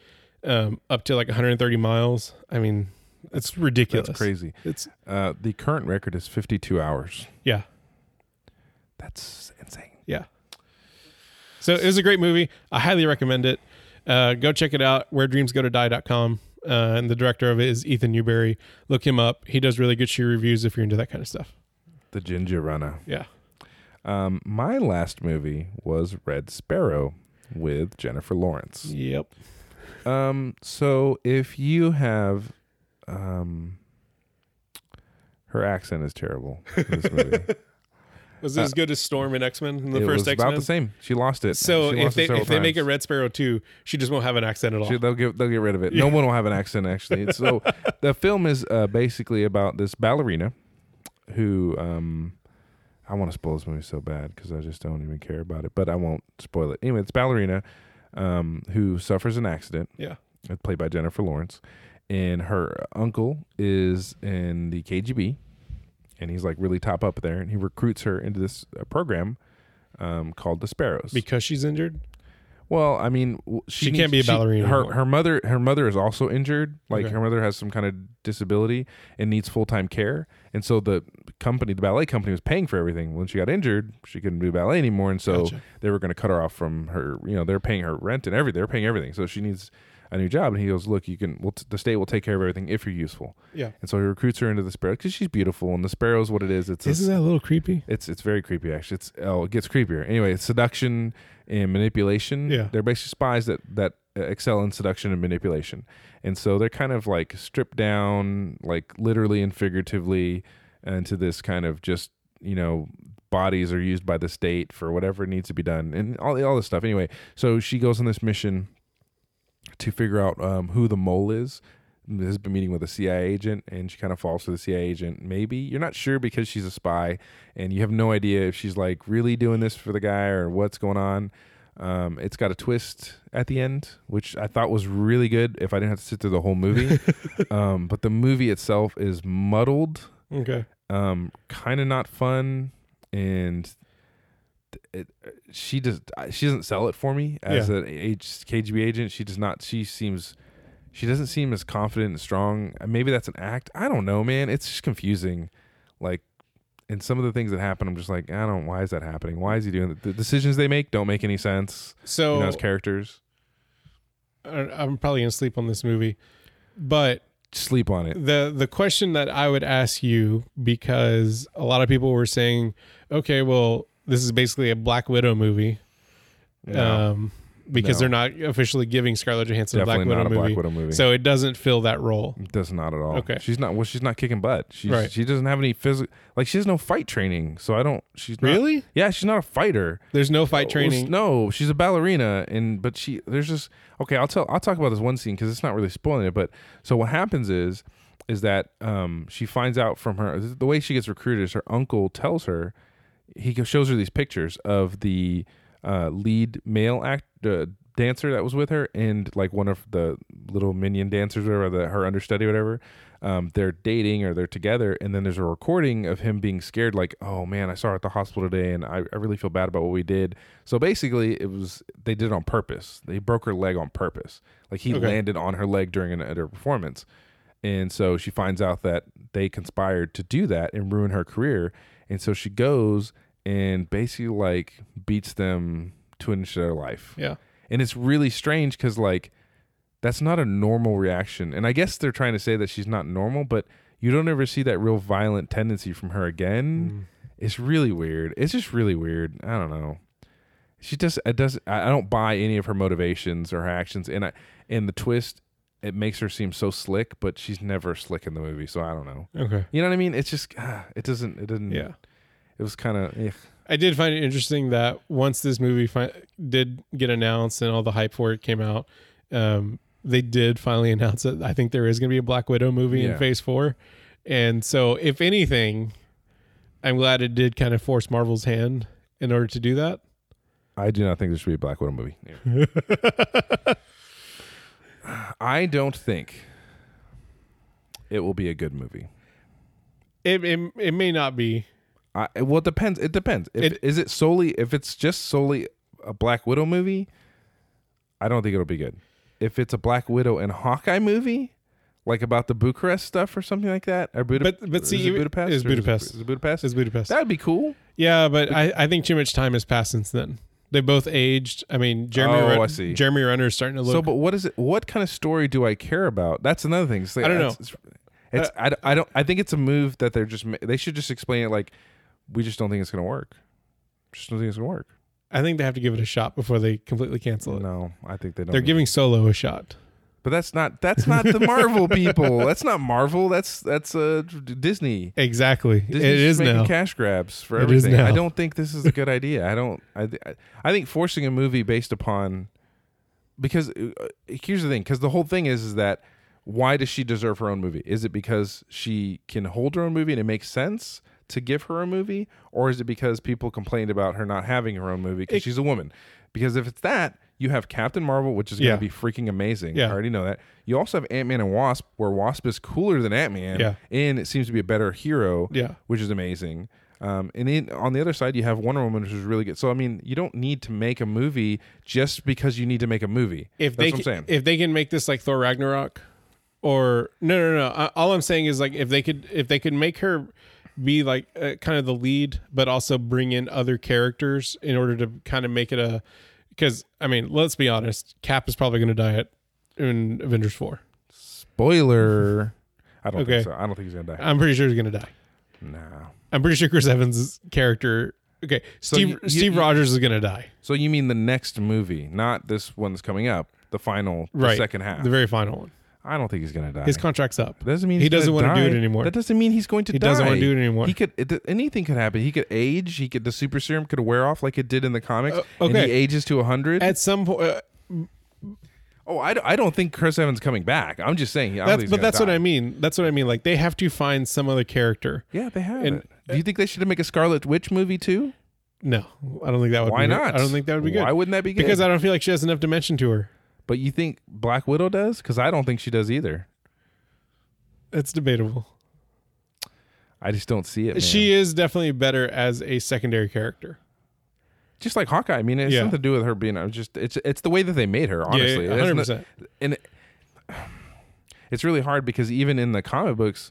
S1: um, up to like 130 miles, I mean, it's ridiculous.
S2: That's crazy.
S1: It's
S2: Uh, the current record is 52 hours.
S1: yeah,
S2: That's insane.
S1: yeah. So it was a great movie. I highly recommend it. Uh, go check it out. Where dreams go to die.com. Uh, and the director of it is Ethan Newberry. Look him up. He does really good shoe reviews if you're into that kind of stuff.
S2: The Ginger Runner.
S1: Yeah.
S2: Um, my last movie was Red Sparrow with Jennifer Lawrence.
S1: Yep.
S2: Um, so if you have, um, her accent is terrible. In
S1: [laughs]
S2: this movie.
S1: Was it as good as Storm in X Men in the
S2: Uh, it
S1: first
S2: was
S1: X
S2: about
S1: Men?
S2: the same. She lost it.
S1: So
S2: She
S1: if
S2: lost it
S1: they
S2: several
S1: if they make a
S2: times.
S1: Red Sparrow two, she just won't have an accent at all.
S2: She- they'll get they'll get rid of it. No one will have an accent actually.
S1: [laughs]
S2: So the film is uh, basically about this ballerina who um, I want to spoil this movie so bad because I just don't even care about it, but I won't spoil it anyway. It's ballerina um, who suffers an accident
S1: yeah.
S2: uh, played by Jennifer Lawrence, and her uncle is in the KGB, and he's like really top up there, and he recruits her into this uh, program um, called the Sparrows.
S1: Because she's injured.
S2: well, I mean, w- she,
S1: She
S2: needs-
S1: can't be a ballerina
S2: Her
S1: anymore.
S2: her mother her mother is also injured. Like
S1: Okay.
S2: her mother has some kind of disability and needs full time care, and so the company, the ballet company, was paying for everything. When she got injured, she couldn't do ballet anymore, and so
S1: Gotcha.
S2: they were going to cut her off from her you know they're paying her rent and everything they're paying everything so she needs a new job and he goes look you can we'll t- the state will take care of everything if you're useful
S1: Yeah.
S2: and so he recruits her into the sparrow because she's beautiful and the sparrow's what it is it's a-
S1: Isn't that a little [laughs] creepy?
S2: it's it's very creepy actually it's oh it gets creepier anyway it's seduction and manipulation
S1: Yeah.
S2: they're basically spies that that uh, excel in seduction and manipulation and so they're kind of like stripped down like literally and figuratively into this kind of just you know bodies are used by the state for whatever needs to be done and all, all this stuff anyway so she goes on this mission to figure out um, who the mole is. Has been meeting with a CIA agent, and she kind of falls for the CIA agent. Maybe you're not sure because she's a spy, and you have no idea if she's like really doing this for the guy or what's going on. Um, it's got a twist at the end, which I thought was really good. If I didn't have to sit through the whole
S1: [laughs]
S2: movie, um, but the movie itself is muddled
S1: Okay.
S2: um, kind of not fun, and it, she does she doesn't sell it for me as
S1: Yeah.
S2: an H, KGB agent. She does not. She seems she doesn't seem as confident and strong. Uh, Maybe that's an act. I don't know, man. It's just confusing. Like, and some of the things that happen, I'm just like, I don't. Why is that happening? Why is he doing that? The decisions they make don't make any sense.
S1: So
S2: you know, as characters,
S1: I- I'm probably gonna sleep on this movie, but
S2: sleep on it.
S1: the the question that I would ask you because a lot of people were saying, okay, well, this is basically a Black Widow movie.
S2: No.
S1: Um, because
S2: No.
S1: they're not officially giving Scarlett Johansson
S2: Definitely
S1: a Black Widow
S2: not a
S1: movie.
S2: Black Widow movie.
S1: So it doesn't fill that role.
S2: Does not at all.
S1: Okay.
S2: She's not. Well, she's not kicking butt. She's,
S1: Right.
S2: She doesn't have any physical. Like she has no fight training. So I don't. She's not,
S1: Really?
S2: Yeah, she's not a fighter.
S1: There's no fight training.
S2: No, she's a ballerina, and but she there's just okay. I'll tell. I'll talk about this one scene because it's not really spoiling it. But so what happens is, is that um she finds out from her the way she gets recruited is her uncle tells her, he go- shows her these pictures of the uh, lead male act uh, dancer that was with her and like one of the little minion dancers, whatever the, her understudy, whatever. Um, they're dating or they're together, and then there's a recording of him being scared, like, "Oh man, I saw her at the hospital today, and I, I really feel bad about what we did." So basically, it was they did it on purpose. They broke her leg on purpose. Like he
S1: Okay.
S2: landed on her leg during an, at her performance, and so she finds out that they conspired to do that and ruin her career. And so she goes and basically like beats them to an inch of their life.
S1: Yeah.
S2: And it's really strange because like that's not a normal reaction. And I guess they're trying to say that she's not normal, but you don't ever see that real violent tendency from her
S1: Mm-hmm. Mm.
S2: again. It's really weird. It's just really weird. I don't know. She just it does I I don't buy any of her motivations or her actions and I and the twist it makes her seem so slick, but she's never slick in the movie, so I don't know.
S1: Okay.
S2: You know what I mean? It's just ah, it doesn't it doesn't
S1: Yeah.
S2: It was eh. kind of
S1: I did find it interesting that once this movie fi- did get announced and all the hype for it came out, um, they did finally [laughs] announce that I think there is going to be a Black Widow movie
S2: Yeah.
S1: in Phase Four, and so if anything, I'm glad it did kind of force Marvel's hand in order to do that.
S2: I do not think there should be a Black Widow movie. [laughs] I don't think it will be a good movie.
S1: It it, it may not be.
S2: I, well, it depends. It depends. If,
S1: It-
S2: is it solely if it's just solely a Black Widow movie? I don't think it'll be good. If it's a Black Widow and Hawkeye movie, like about the Bucharest stuff or something like that, or Buda-
S1: But- but see,
S2: is it
S1: even-
S2: Budapest,
S1: it's
S2: Or is it-
S1: Budapest.
S2: is it Budapest?
S1: It's Budapest.
S2: That'd be cool.
S1: Yeah, but I, I think too much time has passed since then. They both aged. I mean, Jeremy
S2: Oh,
S1: Ren-
S2: I see.
S1: Jeremy Renner is starting to look.
S2: So, but what is it? What kind of story do I care about? That's another thing. It's like-
S1: I don't know. Uh,
S2: It's, it's- I, don't- I don't. I think it's a move that they're just. ma- They should just explain it like, we just don't think it's gonna work. Just don't think it's gonna work.
S1: I think they have to give it a shot before they completely cancel it.
S2: No, I think they don't.
S1: They're
S2: need-
S1: giving Solo a shot.
S2: but that's not. That's not the Marvel people. That's not Marvel. That's that's uh, D- Disney.
S1: Exactly.
S2: Disney's
S1: it
S2: just
S1: is
S2: making
S1: now.
S2: cash grabs for
S1: It is
S2: everything. I
S1: now.
S2: don't think this is a good idea. I don't. I th- I- I think forcing a movie based upon because uh, here's the thing because the whole thing is is that why does she deserve her own movie? Is it because she can hold her own movie and it makes sense to give her a movie, or is it because people complained about her not having her own movie because she's a woman? Because if it's that. You have Captain Marvel, which is going to
S1: Yeah.
S2: be freaking amazing.
S1: Yeah.
S2: I already know that. You also have Ant Man and Wasp, where Wasp is cooler than Ant Man,
S1: Yeah.
S2: and it seems to be a better hero
S1: Yeah.
S2: which is amazing. Um, and then on the other side, you have Wonder Woman, which is really good. So I mean, you don't need to make a movie just because you need to make a movie.
S1: If
S2: That's
S1: they
S2: what I'm
S1: ca-
S2: saying.
S1: if they can make this like Thor Ragnarok, or no no no. I, all I'm saying is like if they could if they could make her be like uh, kind of the lead, but also bring in other characters in order to kind of make it a. Because I mean, let's be honest, Cap is probably going to die at in Avengers Four.
S2: Spoiler. I don't
S1: Okay. Uh,
S2: think so. I don't think he's gonna die.
S1: I'm pretty sure he's going to die.
S2: Nah.
S1: I'm pretty sure Chris Evans' character. Okay, Steve
S2: you- you-
S1: Steve
S2: you-
S1: Rogers is going to die.
S2: So you mean the next movie, not this one that's coming up, the final, the
S1: Right,
S2: second half?
S1: the very final one.
S2: I don't think he's gonna die.
S1: His contract's up.
S2: doesn't mean
S1: he
S2: he's
S1: doesn't
S2: gonna
S1: wanna do
S2: die.
S1: it anymore.
S2: That doesn't mean he's going to.
S1: He doesn't wanna
S2: die.
S1: do it anymore.
S2: He could. It, anything could happen. He could age. He could. The super serum could wear off like it did in the comics.
S1: Uh,
S2: And
S1: okay.
S2: he ages to hundred.
S1: At some point, uh,
S2: Oh, I, d- I don't think Chris Evans coming back. I'm just saying. I don't think
S1: that's,
S2: he's
S1: but
S2: gonna
S1: that's what
S2: die.
S1: I mean. That's what I mean. Like they have to find some other character.
S2: Yeah, they have.
S1: And-
S2: it. Do you think they should make a Scarlet Witch movie too?
S1: No, I don't think that would.
S2: Why
S1: be good.
S2: not?
S1: I don't think that would be good.
S2: Why wouldn't that be good?
S1: Because I don't feel like she has enough dimension to her.
S2: but you think Black Widow does? Because I don't think she does either.
S1: It's debatable.
S2: I just don't see it. man.
S1: She is definitely better as a secondary character.
S2: just like Hawkeye. I mean, it's
S1: Yeah.
S2: nothing to do with her being. I'm just. It's it's the way that they made her. Honestly,
S1: yeah,
S2: It has no-
S1: 100%.
S2: and it- it's really hard because even in the comic books,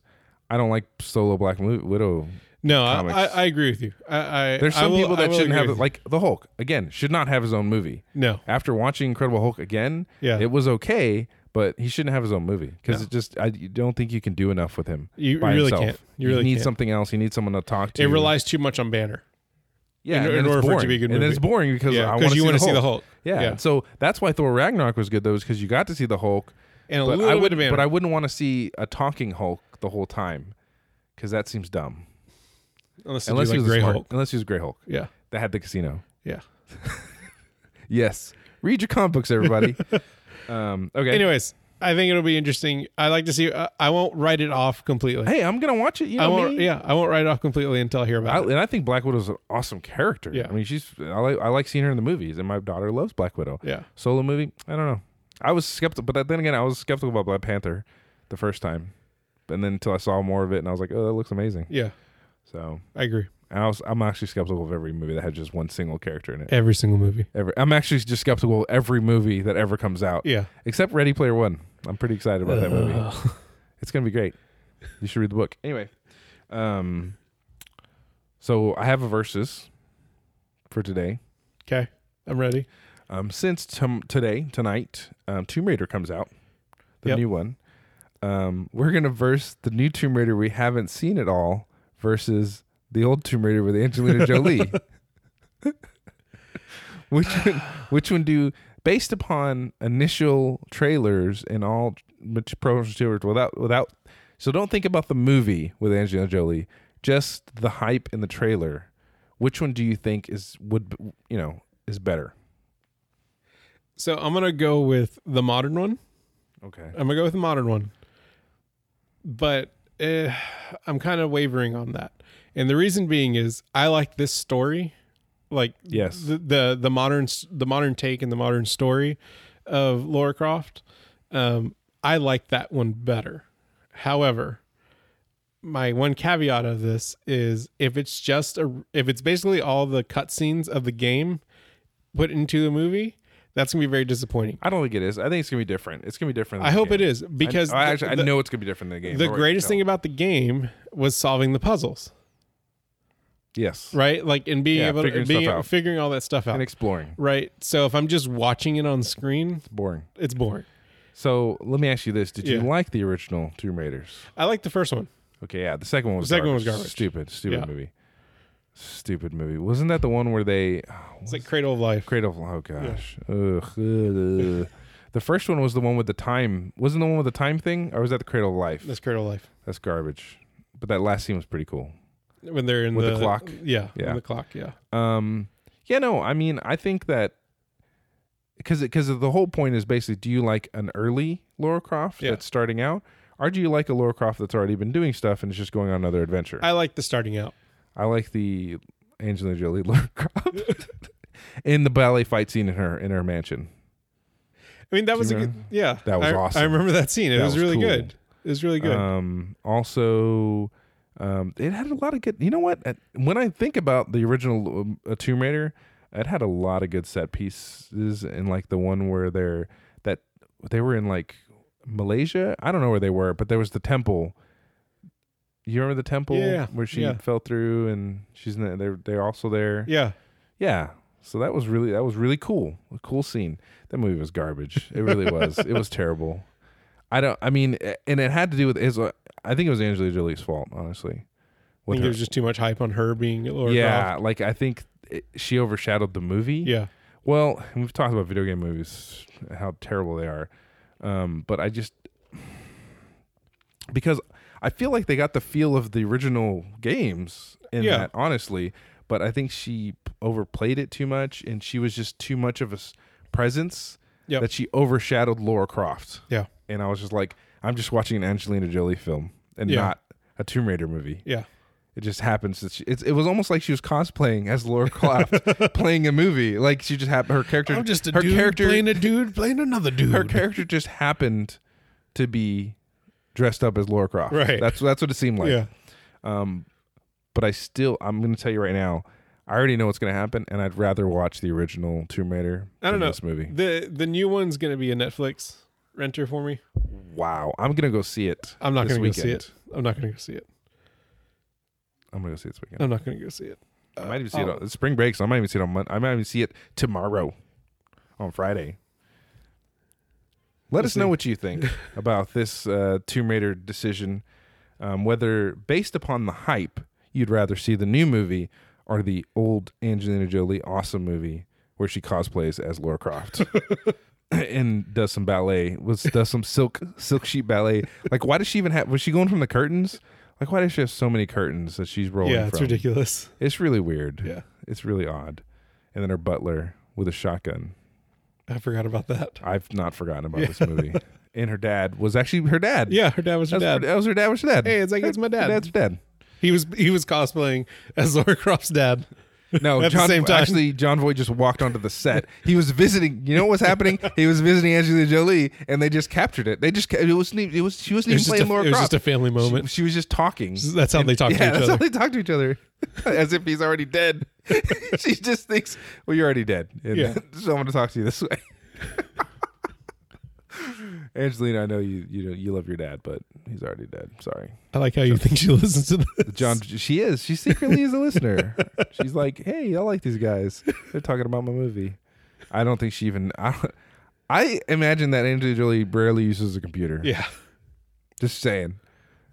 S2: I don't like solo Black Mo- Widow.
S1: No, I,
S2: Comics.
S1: I, I agree with you. I, I
S2: There's
S1: I
S2: some
S1: will-
S2: people
S1: I
S2: that
S1: will
S2: shouldn't
S1: agree
S2: have
S1: with
S2: it.
S1: you.
S2: Like the Hulk again should not have his own movie.
S1: no.
S2: after watching Incredible Hulk again,
S1: Yeah.
S2: it was okay, but he shouldn't have his own movie because
S1: No.
S2: it just I you don't think you can do enough with him.
S1: You
S2: by
S1: really
S2: himself.
S1: can't. You really
S2: need
S1: can't.
S2: something else. You need someone to talk to.
S1: It relies too much on Banner.
S2: Yeah,
S1: in,
S2: and then
S1: in
S2: it's
S1: order for it to
S2: boring.
S1: be a good
S2: and
S1: movie.
S2: then it's boring because
S1: Yeah,
S2: I
S1: 'cause
S2: want
S1: you
S2: to
S1: wanna
S2: see the Hulk. Yeah.
S1: Yeah.
S2: so that's why Thor Ragnarok was good though, is because you got to see the Hulk.
S1: and a
S2: but
S1: little
S2: I
S1: bit
S2: would,
S1: of anime.
S2: but I wouldn't want to see a talking Hulk the whole time, because that seems dumb.
S1: unless,
S2: unless
S1: unless
S2: he
S1: like
S2: was
S1: Grey
S2: a smart,
S1: Hulk.
S2: Unless he was Grey Hulk
S1: Yeah,
S2: that had the casino.
S1: yeah.
S2: Yes, read your comic
S1: [laughs]
S2: books, everybody. um, okay.
S1: Anyways, I think it'll be interesting. I like to see. Uh, I won't write it off completely.
S2: hey, I'm gonna watch it. You know
S1: I won't.
S2: me.
S1: Yeah, I won't write it off completely until I hear
S2: I,
S1: about it.
S2: and I think Black Widow's an awesome character.
S1: Yeah.
S2: I mean, she's I like I like seeing her in the movies, and my daughter loves Black Widow.
S1: Yeah,
S2: Solo movie, I don't know. I was skeptical, but then again, I was skeptical about Black Panther the first time, and then until I saw more of it, and I was like, oh, that looks amazing.
S1: yeah.
S2: So
S1: I agree.
S2: I was, I'm actually skeptical of every movie that had just one single character in it.
S1: Every single movie.
S2: Every, I'm actually just skeptical of every movie that ever comes out,
S1: Yeah.
S2: except Ready Player One. I'm pretty excited about that movie. [laughs] It's gonna be great. You should read the book. Anyway, um, so I have a versus for today.
S1: Okay, I'm ready.
S2: Um, since tom today tonight, um, Tomb Raider comes out, the
S1: Yep.
S2: new one. Um, we're gonna verse the new Tomb Raider we haven't seen at all versus the old Tomb Raider with Angelina Jolie. [laughs] which one- which one do based upon initial trailers and all much promotional without without so don't think about the movie with Angelina Jolie, just the hype in the trailer. Which one do you think is would b- you know is better?
S1: So I'm gonna go with the modern one.
S2: Okay.
S1: I'm gonna go with the modern one, but eh, I'm kind of wavering on that. And the reason being is I like this story, like
S2: Yes.
S1: the the, the modern s- the modern take and the modern story of Laura Croft. Um, I like that one better. However, my one caveat of this is if it's just a if it's basically all the cutscenes of the game put into the movie, that's gonna be very disappointing.
S2: I don't think it is. I think it's gonna be different. It's gonna be different.
S1: I hope it is because
S2: I,
S1: the-
S2: actually
S1: the-
S2: I know it's gonna be different than the game.
S1: the
S2: Or-
S1: greatest
S2: no.
S1: thing about the game was solving the puzzles,
S2: yes,
S1: right? Like and being
S2: Yeah,
S1: able to
S2: figuring
S1: being
S2: stuff out.
S1: figuring all that stuff out,
S2: and exploring.
S1: right? So if I'm just watching it on screen,
S2: It's boring.
S1: it's boring.
S2: So let me ask you this: Did
S1: Yeah.
S2: you like the original Tomb Raiders?
S1: I like the first one.
S2: Okay, yeah. The second one was
S1: second one
S2: garbage.
S1: was garbage.
S2: Stupid, stupid
S1: Yeah.
S2: movie. Stupid movie. Wasn't that the one where they? Oh,
S1: It's like Cradle of Life.
S2: Cradle. of- Oh gosh. Ugh. Ugh.
S1: [laughs]
S2: The first one was the one with the time. Wasn't the one with the time thing, or was that the Cradle of Life?
S1: That's Cradle of Life
S2: That's garbage. But that last scene was pretty cool.
S1: when they're in
S2: With the clock?
S1: Yeah,
S2: Yeah.
S1: yeah, the clock. Yeah,
S2: Um, yeah, no, I mean, I think that because because the whole point is basically, do you like an early Laura Croft
S1: Yeah.
S2: that's starting out, or do you like a Laura Croft that's already been doing stuff and is just going on another adventure? I,
S1: I like the starting out.
S2: like the Angelina Jolie [laughs] Laura Croft
S1: [laughs]
S2: in the ballet fight scene in her in her mansion.
S1: I mean, that
S2: Do
S1: was
S2: you
S1: a good.
S2: remember?
S1: Yeah,
S2: That was
S1: I,
S2: awesome.
S1: I remember that scene. It
S2: That
S1: was,
S2: was
S1: really
S2: cool.
S1: good. It was really good.
S2: Um, also, um, it had a lot of good. You know what? At- When I think about the original um, uh, Tomb Raider, it had a lot of good set pieces, and like the one where they're that they were in like Malaysia. I don't know where they were, but there was the temple. You remember the temple
S1: Yeah,
S2: where she
S1: yeah.
S2: fell through, and she's in the, they're they're also there.
S1: yeah,
S2: Yeah. So that was really that was really cool. A cool scene. That movie was garbage. It really was. it was terrible. I don't I mean a- and it had to do with his uh, I think it was Angelina Jolie's fault, honestly.
S1: I
S2: With
S1: think
S2: her-
S1: there's just too much hype on her being Laura
S2: yeah,
S1: Croft.
S2: like I think it, she overshadowed the movie.
S1: Yeah,
S2: Well, we've talked about video game movies, how terrible they are. Um, but I just because I feel like they got the feel of the original games in
S1: Yeah.
S2: that, honestly. But I think she p- overplayed it too much, and she was just too much of a s- presence
S1: Yep.
S2: that she overshadowed Laura Croft.
S1: yeah,
S2: And I was just like, I'm just watching an Angelina Jolie film and
S1: Yeah.
S2: not a Tomb Raider movie.
S1: yeah,
S2: It just happens that she, it's, it was almost like she was cosplaying as Laura
S1: [laughs]
S2: Croft playing a movie. Like she just happened her character
S1: I'm just a
S2: her
S1: dude
S2: character
S1: playing [laughs] a dude playing another dude.
S2: her character just happened to be dressed up as Laura Croft.
S1: Right.
S2: That's that's what it seemed [laughs] like.
S1: yeah,
S2: Um but I still I'm going to tell you right now, I already know what's going to happen and I'd rather watch the original Tomb Raider
S1: I
S2: than
S1: don't know.
S2: this movie.
S1: The the new one's gonna be a Netflix renter for me.
S2: Wow. I'm going to go see it.
S1: I'm not
S2: this
S1: gonna go see
S2: weekend.
S1: it. I'm not gonna go see it.
S2: I'm going to go see it this weekend.
S1: I'm not gonna go see it.
S2: I might even see
S1: I'll-
S2: it on it's spring break, so I might even see it on Monday. I might even see it tomorrow on Friday. Let
S1: We'll
S2: us know
S1: see.
S2: what
S1: [laughs]
S2: you think about this uh, Tomb Raider decision. Um, whether based upon the hype, you'd rather see the new movie are the old Angelina Jolie awesome movie where she cosplays as
S1: [laughs]
S2: Laura Croft and does some ballet, was does some silk silk sheet ballet. Like, why does she even have? Was she going from the curtains? Like, why does she have so many curtains that she's rolling?
S1: yeah, it's
S2: from?
S1: ridiculous.
S2: It's really weird.
S1: Yeah.
S2: it's really odd. And then her butler with a shotgun.
S1: I forgot about that.
S2: I've not forgotten about
S1: [laughs]
S2: this movie. And her dad was actually her dad.
S1: Yeah, her dad was her
S2: That's
S1: dad.
S2: that was her dad. Was her dad?
S1: Hey, it's like, it's my dad.
S2: That's dad.
S1: He was he was cosplaying as Laura Croft's dad.
S2: No,
S1: [laughs] At the
S2: John,
S1: same time.
S2: actually, John Voight just walked onto the set. He was visiting. You know what was happening? He was visiting Angelina Jolie, and they just captured it. They just ca- it was it was
S1: It
S2: she wasn't
S1: was
S2: even
S1: just a,
S2: playing Laura
S1: it was
S2: Croft.
S1: just a family
S2: She,
S1: moment.
S2: she was just talking.
S1: that's how they talk
S2: yeah,
S1: to each
S2: that's
S1: other.
S2: how they talk to each other, [laughs] as if he's already dead. [laughs] she just thinks, "Well, you're already dead." And
S1: Yeah.
S2: [laughs] so I'm going to talk to you this way. [laughs] Angelina, I know you you know, you love your dad, but he's already dead. Sorry.
S1: I like how you think she [laughs] listens to this.
S2: John, she is. She secretly is
S1: [laughs]
S2: a listener. She's like, hey, I like these guys. They're talking about my movie. I don't think she even. I, don't- I imagine that Angelina Jolie barely uses a computer.
S1: Yeah.
S2: Just saying.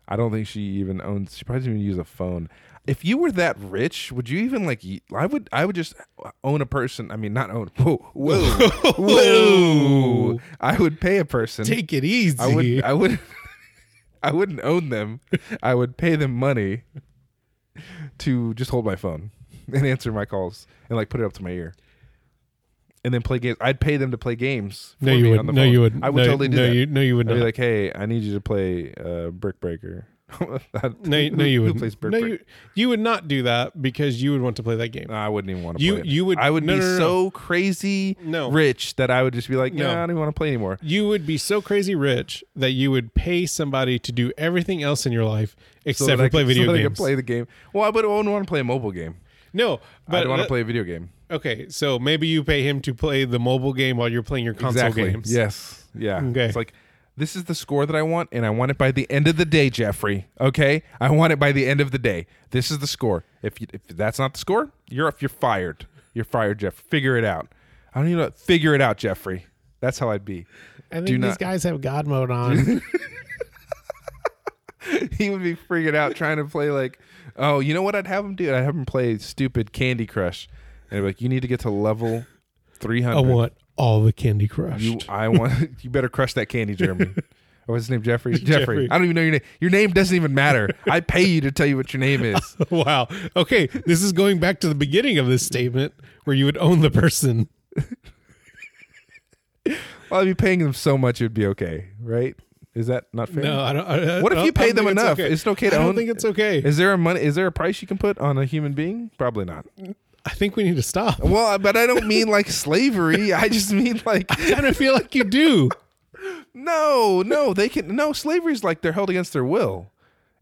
S2: I don't think she even owns. She probably doesn't even use a phone. If you were that rich, would you even like? y- I would. I would just own a person. I mean, not own. [laughs] Whoa,
S1: [laughs]
S2: whoa, whoa! I would pay a person.
S1: Take it easy.
S2: I would uh, I would [laughs] I wouldn't own
S1: [laughs]
S2: them. I would pay them money to just hold my phone [laughs] and answer my calls and like put it up to my ear. And then play games. I'd pay them to play games. For
S1: no,
S2: me
S1: you
S2: On
S1: would.
S2: the
S1: No,
S2: phone.
S1: you would.
S2: I would
S1: no,
S2: totally do
S1: no,
S2: that.
S1: You, no, you would
S2: I'd be
S1: not.
S2: like, "Hey, I need you to play uh, Brick Breaker." [laughs]
S1: no, you- no, you
S2: Who
S1: would.
S2: plays Brick Uh.
S1: No,
S2: Breaker?
S1: you, you would not do that because you would want to play that game.
S2: No, I wouldn't even want to
S1: You-
S2: play. it.
S1: you would-
S2: I would
S1: no,
S2: be
S1: no, no, no.
S2: so crazy
S1: No.
S2: rich that I would just be like,
S1: No.
S2: "No, I don't even want to play anymore."
S1: You would be so crazy rich that you would pay somebody to do everything else in your life
S2: So
S1: except
S2: that I
S1: for play
S2: could-
S1: video
S2: so that I
S1: games.
S2: could play the game. Well, I would I wouldn't want to play a mobile game.
S1: no, but uh,
S2: I'd want to
S1: that-
S2: play a video game.
S1: Okay, so maybe you pay him to play the mobile game while you're playing your console
S2: exactly.
S1: games.
S2: Yes. Yeah.
S1: Okay.
S2: It's like this is the score that I want, and I want it by the end of the day, Jeffrey. Okay, I want it by the end of the day. This is the score. If you, if that's not the score, you're up. You're fired. You're fired, Jeff. Figure it out. I don't even know. Figure it out, Jeffrey. That's how I'd be.
S1: I think
S2: Do not-
S1: guys have God mode
S2: [laughs]
S1: on.
S2: he would be freaking out trying to play like, oh, you know what? I'd have him do. I'd have him play stupid Candy Crush, and I'd be like, you need to get to level three
S1: I
S2: hundred.
S1: want all the Candy Crush.
S2: You, I want. [laughs] You better crush that candy, Jeremy. Or what's his name? Jeffrey. Jeffrey.
S1: Jeffrey.
S2: I don't even know your name. Your name doesn't even matter. I pay you to tell you what your
S1: [laughs]
S2: name is.
S1: [laughs] wow. Okay, this is going back to the beginning of this statement where you would own the person.
S2: Well, I'd be paying them so much, it'd be okay, right? Is that not fair?
S1: No, I don't. I, I
S2: What if
S1: don't
S2: you pay
S1: think
S2: them
S1: it's
S2: enough?
S1: okay.
S2: It's okay
S1: I
S2: to
S1: don't
S2: own-
S1: think it's okay.
S2: Is there a money? Is there a price you can put on a human being? Probably not.
S1: I think we need to
S2: [laughs]
S1: stop. I
S2: Well, but I don't mean like slavery. I just mean like
S1: kind of feel like you do.
S2: no, no. They can no. Slavery's like they're held against their will.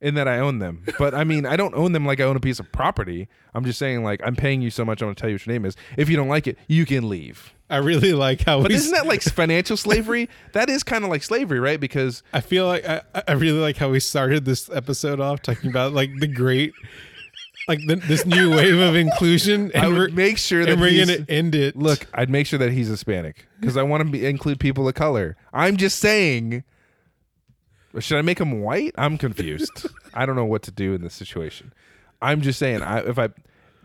S2: In that I own them, but I mean I don't own them like I own a piece of property. I'm just saying like I'm paying you so much. I'm gonna tell you what your name is. If you don't like it, you can leave.
S1: I really like how we.
S2: Isn't [laughs] that like financial slavery? That is kind of like slavery, right? Because
S1: I feel like I, I really like how we started this episode off talking about like the great, like the, this new
S2: [laughs]
S1: wave of inclusion. And
S2: I
S1: we're-
S2: would make sure that
S1: and we're
S2: he's,
S1: gonna end it.
S2: look. I'd make sure that he's Hispanic because I want to be, include people of color. I'm just saying. Should I make him white? I'm [laughs] confused. I don't know what to do in this situation. I'm just saying. I if I,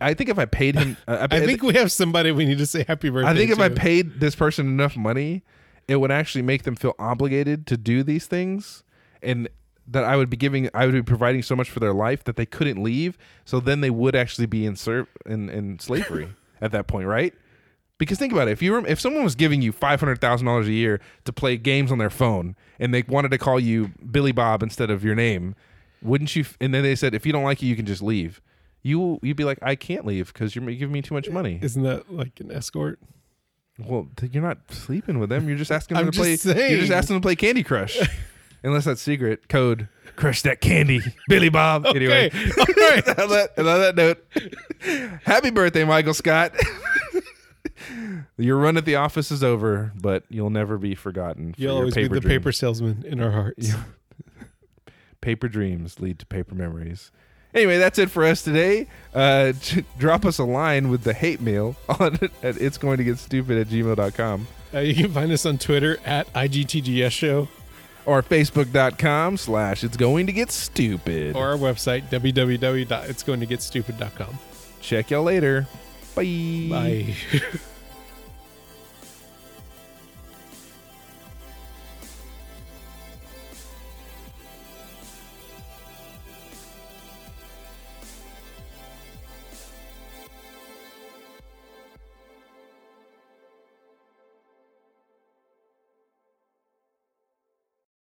S2: I think if I paid him, uh, I,
S1: I think we have somebody we need to say happy birthday.
S2: I think if I
S1: to.
S2: paid this person enough money, it would actually make them feel obligated to do these things and that I would be giving I would be providing so much for their life that they couldn't leave. So then they would actually be in serv- in, in slavery at that point, right? Because think about it, if you were if someone was giving you five hundred thousand dollars a year to play games on their phone and they wanted to call you Billy Bob instead of your name, wouldn't you? f- And then they said, if you don't like it, you can just leave. You you'd be like, I can't leave because you're giving me too much money.
S1: Isn't that like an escort?
S2: Well, th- you're not sleeping with them. You're just asking them
S1: I'm
S2: to play.
S1: just
S2: You're
S1: saying.
S2: just asking them to play
S1: [laughs]
S2: Candy Crush, unless that's secret code. Crush that candy, Billy Bob. Anyway,
S1: [laughs] Okay. All right.
S2: [laughs] on, that, and on that note, happy birthday, Michael Scott. [laughs] Your run at the office is over, but you'll never be forgotten. for
S1: You'll
S2: your
S1: always be the
S2: dream.
S1: paper salesman in our hearts.
S2: Paper dreams lead to paper memories. Anyway, that's it for us today. Uh, [laughs] j- drop us a line with the hate mail on [laughs] at it's going to get stupid at gmail.com.
S1: Uh, you can find us on Twitter at IGTGS Show
S2: or facebook.com slash it's going to get stupid
S1: or our website, www.itsgoingtogetstupid.com.
S2: Check y'all later.
S1: Bye.